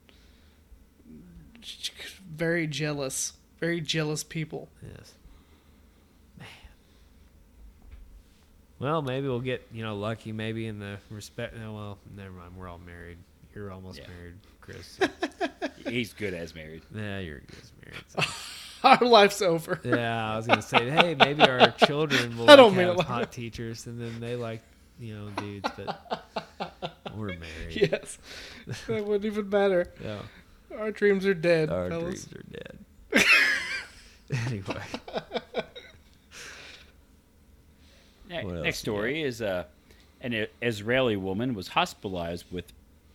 Speaker 3: very jealous, very jealous people.
Speaker 1: Yes. Man. Well, maybe we'll get you know lucky. Maybe in the respect. No, well, never mind. We're all married. You're almost
Speaker 2: Yeah.
Speaker 1: married, Chris.
Speaker 2: He's good as married.
Speaker 1: yeah, you're just married. so-
Speaker 3: Our life's over.
Speaker 1: Yeah, I was gonna say, hey, maybe our children will
Speaker 3: I don't
Speaker 1: like,
Speaker 3: mean
Speaker 1: have
Speaker 3: it like
Speaker 1: hot teachers, and then they like, you know, dudes. But we're married.
Speaker 3: Yes. That wouldn't even matter.
Speaker 1: Yeah.
Speaker 3: Our dreams are dead,
Speaker 1: Our
Speaker 3: fellas.
Speaker 1: dreams are dead. anyway,
Speaker 2: Ne-
Speaker 1: What else
Speaker 2: Next
Speaker 1: we
Speaker 2: story is uh, an I- Israeli woman was hospitalized with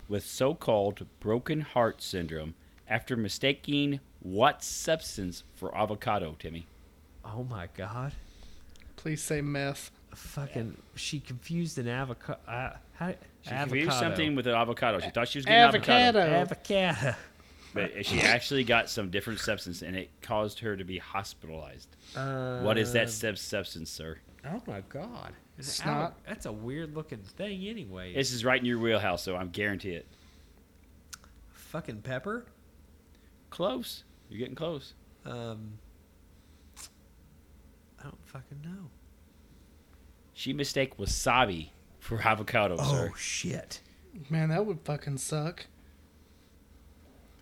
Speaker 2: with so-called broken heart syndrome after mistaking what substance for avocado, Timmy?
Speaker 1: oh my god,
Speaker 3: Please say meth.
Speaker 1: fucking, she confused an avocado. Uh, how,
Speaker 2: She
Speaker 1: avocado.
Speaker 2: confused something with an avocado. She thought she was getting avocado,
Speaker 3: Avocado.
Speaker 1: Avocado.
Speaker 2: but she actually got some different substance, and it caused her to be hospitalized.
Speaker 1: Uh,
Speaker 2: what is that sub- substance, sir?
Speaker 1: Oh my god, An
Speaker 3: Snot.
Speaker 1: avo- that's a weird looking thing, anyway.
Speaker 2: This is right in your wheelhouse, so I'm guarantee it.
Speaker 1: fucking pepper.
Speaker 2: Close. You're getting close.
Speaker 1: Um, I don't fucking know.
Speaker 2: She mistake wasabi for avocado,
Speaker 3: Oh,
Speaker 2: sir.
Speaker 1: Oh, shit.
Speaker 3: Man, that would fucking suck.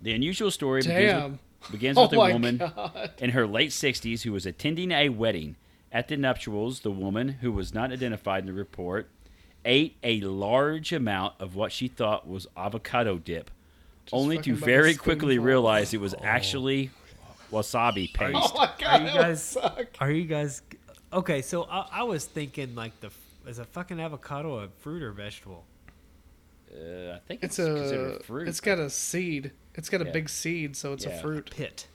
Speaker 2: The unusual story begins
Speaker 3: Damn.
Speaker 2: with, begins
Speaker 3: Oh
Speaker 2: with
Speaker 3: my
Speaker 2: a woman
Speaker 3: God.
Speaker 2: in her late 60s who was attending a wedding. At the nuptials, the woman, who was not identified in the report, ate a large amount of what she thought was avocado dip, only to
Speaker 3: fucking by the
Speaker 2: very quickly
Speaker 3: spoonful.
Speaker 2: realize it was
Speaker 1: Oh.
Speaker 2: actually wasabi paste.
Speaker 3: Oh my god,
Speaker 1: you
Speaker 3: that would
Speaker 1: guys-
Speaker 3: suck.
Speaker 1: Are you guys okay? So I, I was thinking like the f- Is a fucking avocado a fruit or vegetable?
Speaker 2: Uh, I think
Speaker 3: It's,
Speaker 2: it's,
Speaker 3: a.
Speaker 2: considered fruit.
Speaker 3: It's got a seed. It's got a
Speaker 2: Yeah.
Speaker 3: big seed, so it's
Speaker 2: Yeah.
Speaker 3: a fruit.
Speaker 1: Pit.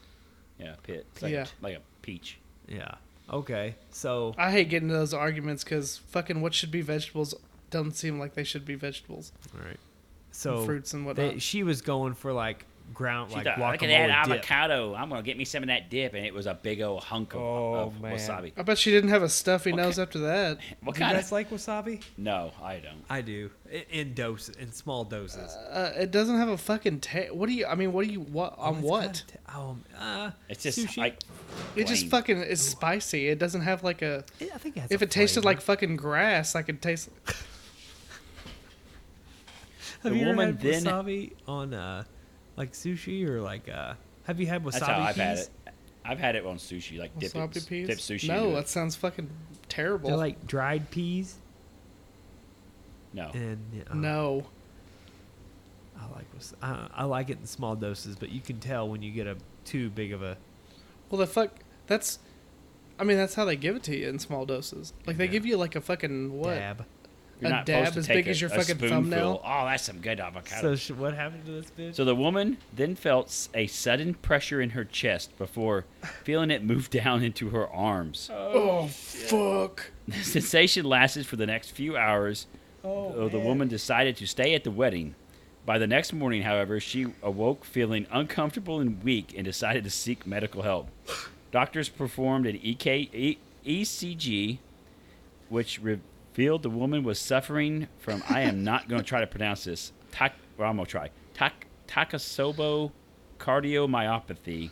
Speaker 2: yeah, pit. It's like,
Speaker 3: Yeah.
Speaker 2: a, like a peach.
Speaker 1: Yeah. Okay. So
Speaker 3: I hate getting into those arguments because fucking what should be vegetables doesn't seem like they should be vegetables.
Speaker 1: all right. So
Speaker 3: fruits and
Speaker 1: they-
Speaker 3: whatnot.
Speaker 1: she was going for like ground
Speaker 2: She
Speaker 1: like
Speaker 2: thought,
Speaker 1: guacamole
Speaker 2: look at that
Speaker 1: dip.
Speaker 2: avocado. I'm gonna get me some of that dip, and it was a big old hunk of,
Speaker 1: Oh,
Speaker 2: of
Speaker 1: man.
Speaker 2: wasabi.
Speaker 3: I bet she didn't have a stuffy
Speaker 2: What
Speaker 3: nose
Speaker 2: ki-
Speaker 3: after that.
Speaker 2: What
Speaker 1: Do you
Speaker 2: kind of?
Speaker 1: guys like wasabi?
Speaker 2: no, I don't.
Speaker 1: I do. I- In doses, in small doses.
Speaker 3: Uh, it doesn't have a fucking taste. What do you? I mean, what do you? What on
Speaker 1: Oh, It's
Speaker 3: what?
Speaker 1: kinda t- um, uh,
Speaker 2: It's just
Speaker 1: sushi.
Speaker 2: like
Speaker 3: It just
Speaker 2: plain.
Speaker 3: fucking is spicy. It doesn't have like a.
Speaker 1: I, I think it has
Speaker 3: If
Speaker 1: a
Speaker 3: it tasted
Speaker 1: flavor.
Speaker 3: like fucking grass, I could taste.
Speaker 1: have
Speaker 2: the
Speaker 1: you ever
Speaker 2: woman
Speaker 1: had
Speaker 2: then-
Speaker 1: wasabi on uh, like sushi or like uh, have you had wasabi?
Speaker 2: that's how I've had
Speaker 1: peas?
Speaker 2: it. I've had it on sushi, like dip,
Speaker 3: Wasabi
Speaker 2: it,
Speaker 3: peas?
Speaker 2: dip sushi.
Speaker 3: No,
Speaker 2: into it.
Speaker 3: that sounds fucking terrible.
Speaker 1: They're like dried peas,
Speaker 2: no.
Speaker 1: and uh,
Speaker 2: Uh-huh.
Speaker 3: no,
Speaker 1: I like was- I, I like it in small doses, but you can tell when you get a too big of a.
Speaker 3: well the fuck. That's. I mean, that's how they give it to you in small doses. Like they
Speaker 1: Yeah.
Speaker 3: give you like a fucking what?
Speaker 1: Dab.
Speaker 2: You're
Speaker 3: a
Speaker 2: not
Speaker 3: dab
Speaker 2: supposed to
Speaker 3: as
Speaker 2: take
Speaker 3: big
Speaker 2: a-
Speaker 3: as your
Speaker 2: a
Speaker 3: fucking
Speaker 2: spoonful.
Speaker 3: thumbnail?
Speaker 2: Oh, that's some good
Speaker 1: So
Speaker 2: avocado. So,
Speaker 1: sh- what happened to this bitch?
Speaker 2: the woman then felt s- a sudden pressure in her chest before feeling it move down into her arms.
Speaker 3: Oh fuck!
Speaker 2: The sensation lasted for the next few hours.
Speaker 3: Oh,
Speaker 2: though the woman decided to stay at the wedding. By the next morning, however, she awoke feeling uncomfortable and weak and decided to seek medical help. Doctors performed an EK, e, ECG, which revealed the woman was suffering from, I am not going to try to pronounce this, tak, well, I'm going to try, tak, Takasobo cardiomyopathy,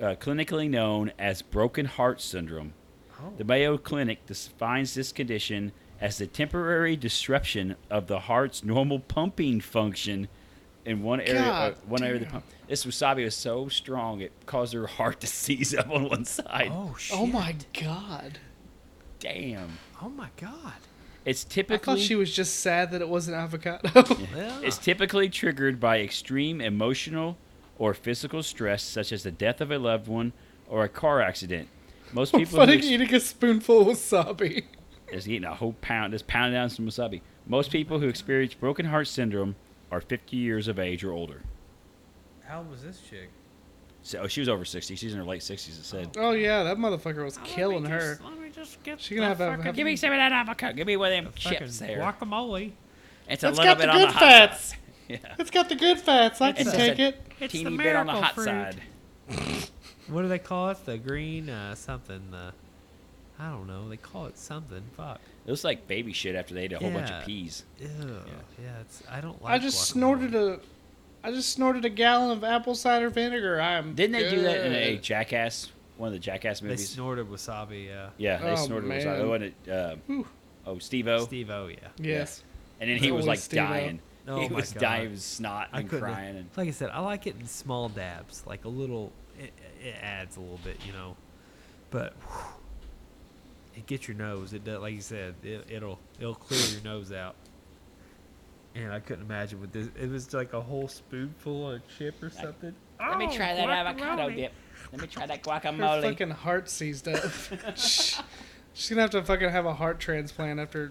Speaker 2: uh, clinically known as broken heart syndrome. The Mayo Clinic defines this condition as the temporary disruption of the heart's normal pumping function in one area. uh,
Speaker 3: God
Speaker 2: one area of the pump. This wasabi was so strong it caused her heart to seize up on one side.
Speaker 1: oh shit!
Speaker 3: Oh my god!
Speaker 2: damn!
Speaker 1: Oh my god!
Speaker 2: It's
Speaker 3: I thought
Speaker 2: typically
Speaker 3: she was just sad that it wasn't avocado.
Speaker 1: Yeah.
Speaker 2: It's typically triggered by extreme emotional or physical stress, such as the death of a loved one or a car accident. Most people
Speaker 3: Funny
Speaker 2: who ex-
Speaker 3: eating a spoonful of wasabi.
Speaker 2: is eating a whole pound, just pounding down some wasabi.
Speaker 3: Oh
Speaker 2: Most people who experience broken heart syndrome are 50 years of age or older.
Speaker 1: How old was this chick?
Speaker 2: So oh, she was over 60. She's in her late 60s. It said,
Speaker 3: Oh yeah, that motherfucker was killing her.
Speaker 2: "Let me just get
Speaker 3: She
Speaker 2: the
Speaker 3: gonna have a-
Speaker 2: fucking-
Speaker 3: have-
Speaker 2: give me some of that avocado. Give me one of them chips
Speaker 1: Fucking
Speaker 2: there.
Speaker 1: guacamole.
Speaker 2: it's a
Speaker 3: It's
Speaker 2: little
Speaker 3: got
Speaker 2: bit
Speaker 3: the
Speaker 2: on the
Speaker 3: good
Speaker 2: hot
Speaker 3: fats.
Speaker 2: side. Yeah,
Speaker 3: It's got the good fats. I can
Speaker 2: just
Speaker 3: take
Speaker 2: a
Speaker 3: it.
Speaker 1: It's the
Speaker 2: teeny bit on the
Speaker 1: miracle
Speaker 2: hot
Speaker 1: fruit.
Speaker 2: side.
Speaker 1: What do they call it? The green uh, something. Uh, I don't know. They call it something. Fuck.
Speaker 2: It looks like baby shit after they ate a whole bunch
Speaker 1: Yeah.
Speaker 2: of peas.
Speaker 1: Ew. Yeah. it's. I don't like.
Speaker 3: I just snorted a. I just snorted a gallon of apple cider vinegar. I'm.
Speaker 2: Didn't they do that in a
Speaker 3: good.
Speaker 2: Jackass, one of the Jackass
Speaker 1: They
Speaker 2: movies?
Speaker 1: snorted wasabi. uh, Yeah.
Speaker 2: yeah, they
Speaker 3: Oh,
Speaker 2: snorted. Was
Speaker 3: man.
Speaker 2: wasn't it? Uh,
Speaker 3: Whew.
Speaker 2: oh, Steve-O.
Speaker 1: Steve O. Yeah.
Speaker 3: Yes.
Speaker 2: And then he was
Speaker 3: Always
Speaker 2: like
Speaker 3: Steve-O.
Speaker 2: dying.
Speaker 1: Oh
Speaker 2: he
Speaker 1: my
Speaker 2: was
Speaker 1: God.
Speaker 2: dying, with snot
Speaker 1: I
Speaker 2: and
Speaker 1: couldn't.
Speaker 2: crying. And
Speaker 1: Like I said, I like it in small dabs. Like a little. It, it adds a little bit, you know. But. whew, it gets your nose. It does. Like you said, it, it'll it'll clear your nose out. And I couldn't imagine with this. It was like a whole spoonful of chip or something.
Speaker 2: Let me try
Speaker 3: Oh,
Speaker 2: that avocado dip. Let me try that
Speaker 3: Her
Speaker 2: guacamole.
Speaker 3: fucking heart seized up. Shh. She's gonna have to fucking have a heart transplant after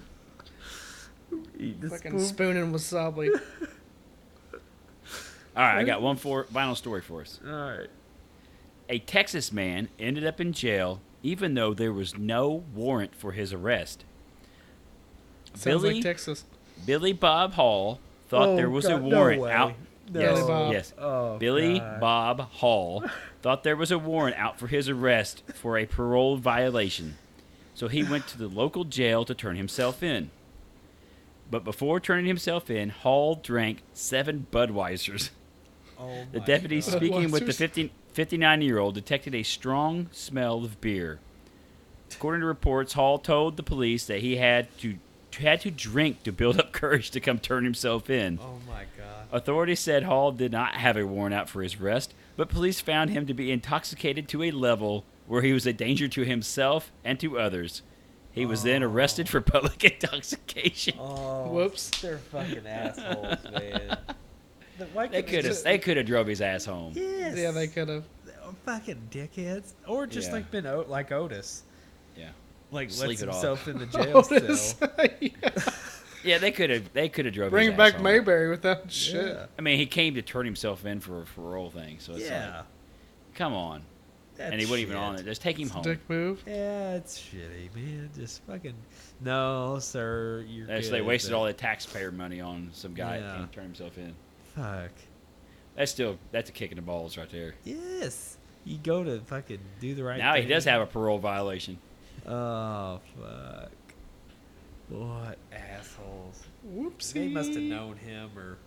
Speaker 1: Eat the
Speaker 3: fucking spooning wasabi.
Speaker 2: All right, I got one for final story for us.
Speaker 1: All right.
Speaker 2: A Texas man ended up in jail even though there was no warrant for his arrest.
Speaker 3: Sounds
Speaker 2: Billy
Speaker 3: like Texas.
Speaker 2: Billy Bob Hall thought
Speaker 1: Oh,
Speaker 2: there was a
Speaker 1: God, no
Speaker 2: warrant
Speaker 1: way.
Speaker 2: out.
Speaker 1: No.
Speaker 2: Yes,
Speaker 3: Billy Bob.
Speaker 2: yes.
Speaker 1: Oh,
Speaker 2: Billy
Speaker 1: God.
Speaker 2: Bob Hall thought there was a warrant out for his arrest for a parole violation. So he went to the local jail to turn himself in. But before turning himself in, Hall drank seven Budweisers.
Speaker 1: Oh
Speaker 2: The
Speaker 1: my
Speaker 2: deputy
Speaker 1: God.
Speaker 2: speaking with the
Speaker 3: Monsters.
Speaker 2: 50, 59 year old detected a strong smell of beer. According to reports, Hall told the police that he had to had to drink to build up courage to come turn himself in.
Speaker 1: Oh my god.
Speaker 2: Authorities said Hall did not have a warrant out for his arrest, but police found him to be intoxicated to a level where he was a danger to himself and to others. He was then arrested for public intoxication.
Speaker 1: Oh,
Speaker 3: Whoops.
Speaker 1: They're fucking assholes, man. The- why
Speaker 2: They
Speaker 1: couldn't
Speaker 2: could have
Speaker 1: just-
Speaker 2: they could have drove his ass home.
Speaker 1: Yes.
Speaker 3: Yeah, they could have.
Speaker 1: They're fucking dickheads, or just
Speaker 2: Yeah.
Speaker 1: like been o- like Otis.
Speaker 2: Yeah.
Speaker 1: like
Speaker 2: Sleep
Speaker 1: lets
Speaker 2: it off.
Speaker 1: himself in the jail
Speaker 3: Otis.
Speaker 1: cell.
Speaker 3: Yeah.
Speaker 2: Yeah, they could have. They could have drove.
Speaker 3: Bring
Speaker 2: his ass
Speaker 3: back
Speaker 2: home.
Speaker 3: Mayberry without shit.
Speaker 1: Yeah.
Speaker 2: I mean, he came to turn himself in for a parole thing. So it's
Speaker 1: Yeah.
Speaker 2: like, come on. and he
Speaker 1: That's
Speaker 2: wasn't even
Speaker 1: shit.
Speaker 2: on it. Just take him home.
Speaker 3: Dick move.
Speaker 1: Yeah, it's shitty, man. Just fucking no, sir. You're.
Speaker 2: That's- they
Speaker 1: good,
Speaker 2: wasted
Speaker 1: but
Speaker 2: all that taxpayer money on some guy
Speaker 1: Yeah.
Speaker 2: that came to turn himself in.
Speaker 1: Fuck.
Speaker 2: That's still that's a kick in the balls right there.
Speaker 1: Yes. You go to fucking do the right.
Speaker 2: now he
Speaker 1: thing.
Speaker 2: does have a parole violation.
Speaker 1: Oh fuck. What assholes.
Speaker 3: Whoopsie.
Speaker 1: They must have known him or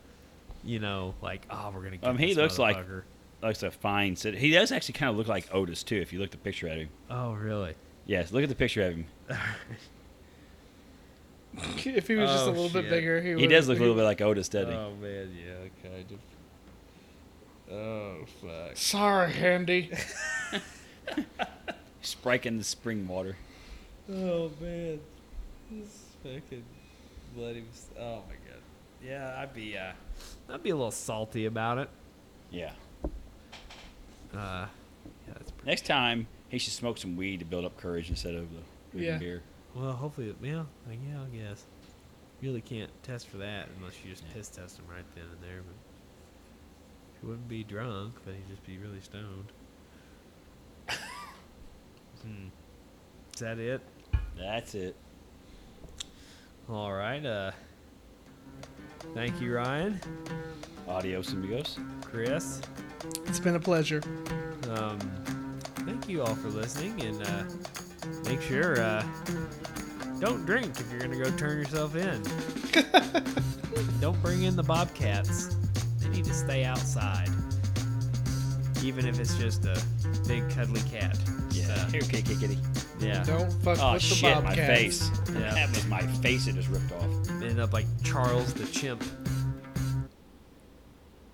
Speaker 1: you know, like, oh we're gonna get
Speaker 2: Um, he
Speaker 1: this
Speaker 2: looks like-
Speaker 1: motherfucker.
Speaker 2: Looks a fine city. He does actually kind of look like Otis too, if you look at the picture at him.
Speaker 1: Oh really?
Speaker 2: Yes, look at the picture of him.
Speaker 3: If he was just a
Speaker 1: Oh,
Speaker 3: little
Speaker 1: shit.
Speaker 3: bit bigger, he,
Speaker 2: He
Speaker 3: would-
Speaker 2: does look a little bit like Otis, doesn't he?
Speaker 1: Oh man, yeah, okay. Oh fuck.
Speaker 3: Sorry, Handy.
Speaker 2: Spriking the spring water.
Speaker 1: Oh man, this fucking bloody. mis- Oh my god. Yeah, I'd be uh, I'd be a little salty about it.
Speaker 2: Yeah.
Speaker 1: Uh, yeah, that's pretty.
Speaker 2: Next time he should smoke some weed to build up courage instead of the drinking
Speaker 3: Yeah.
Speaker 2: beer.
Speaker 1: Well, hopefully, it- yeah, I- yeah, I guess. You really can't test for that unless you just piss test him right then and there. But he wouldn't be drunk, but he'd just be really stoned. hmm. Is that it?
Speaker 2: That's it.
Speaker 1: All right. Uh, thank you, Ryan,
Speaker 2: Adios amigos.
Speaker 1: Chris.
Speaker 3: It's been a pleasure.
Speaker 1: um, thank you all for listening and uh, make sure uh, don't drink if you're gonna go turn yourself in don't bring in the bobcats they need to stay outside even if it's just a big cuddly cat
Speaker 2: Yeah.
Speaker 1: Uh,
Speaker 2: Here, kitty, kitty.
Speaker 1: yeah
Speaker 3: Don't fuck
Speaker 2: Oh
Speaker 3: with
Speaker 2: shit,
Speaker 3: the
Speaker 2: my
Speaker 3: Bobcats.
Speaker 2: face.
Speaker 1: Yeah.
Speaker 2: That was my face. It just ripped off.
Speaker 1: end up like charles the chimp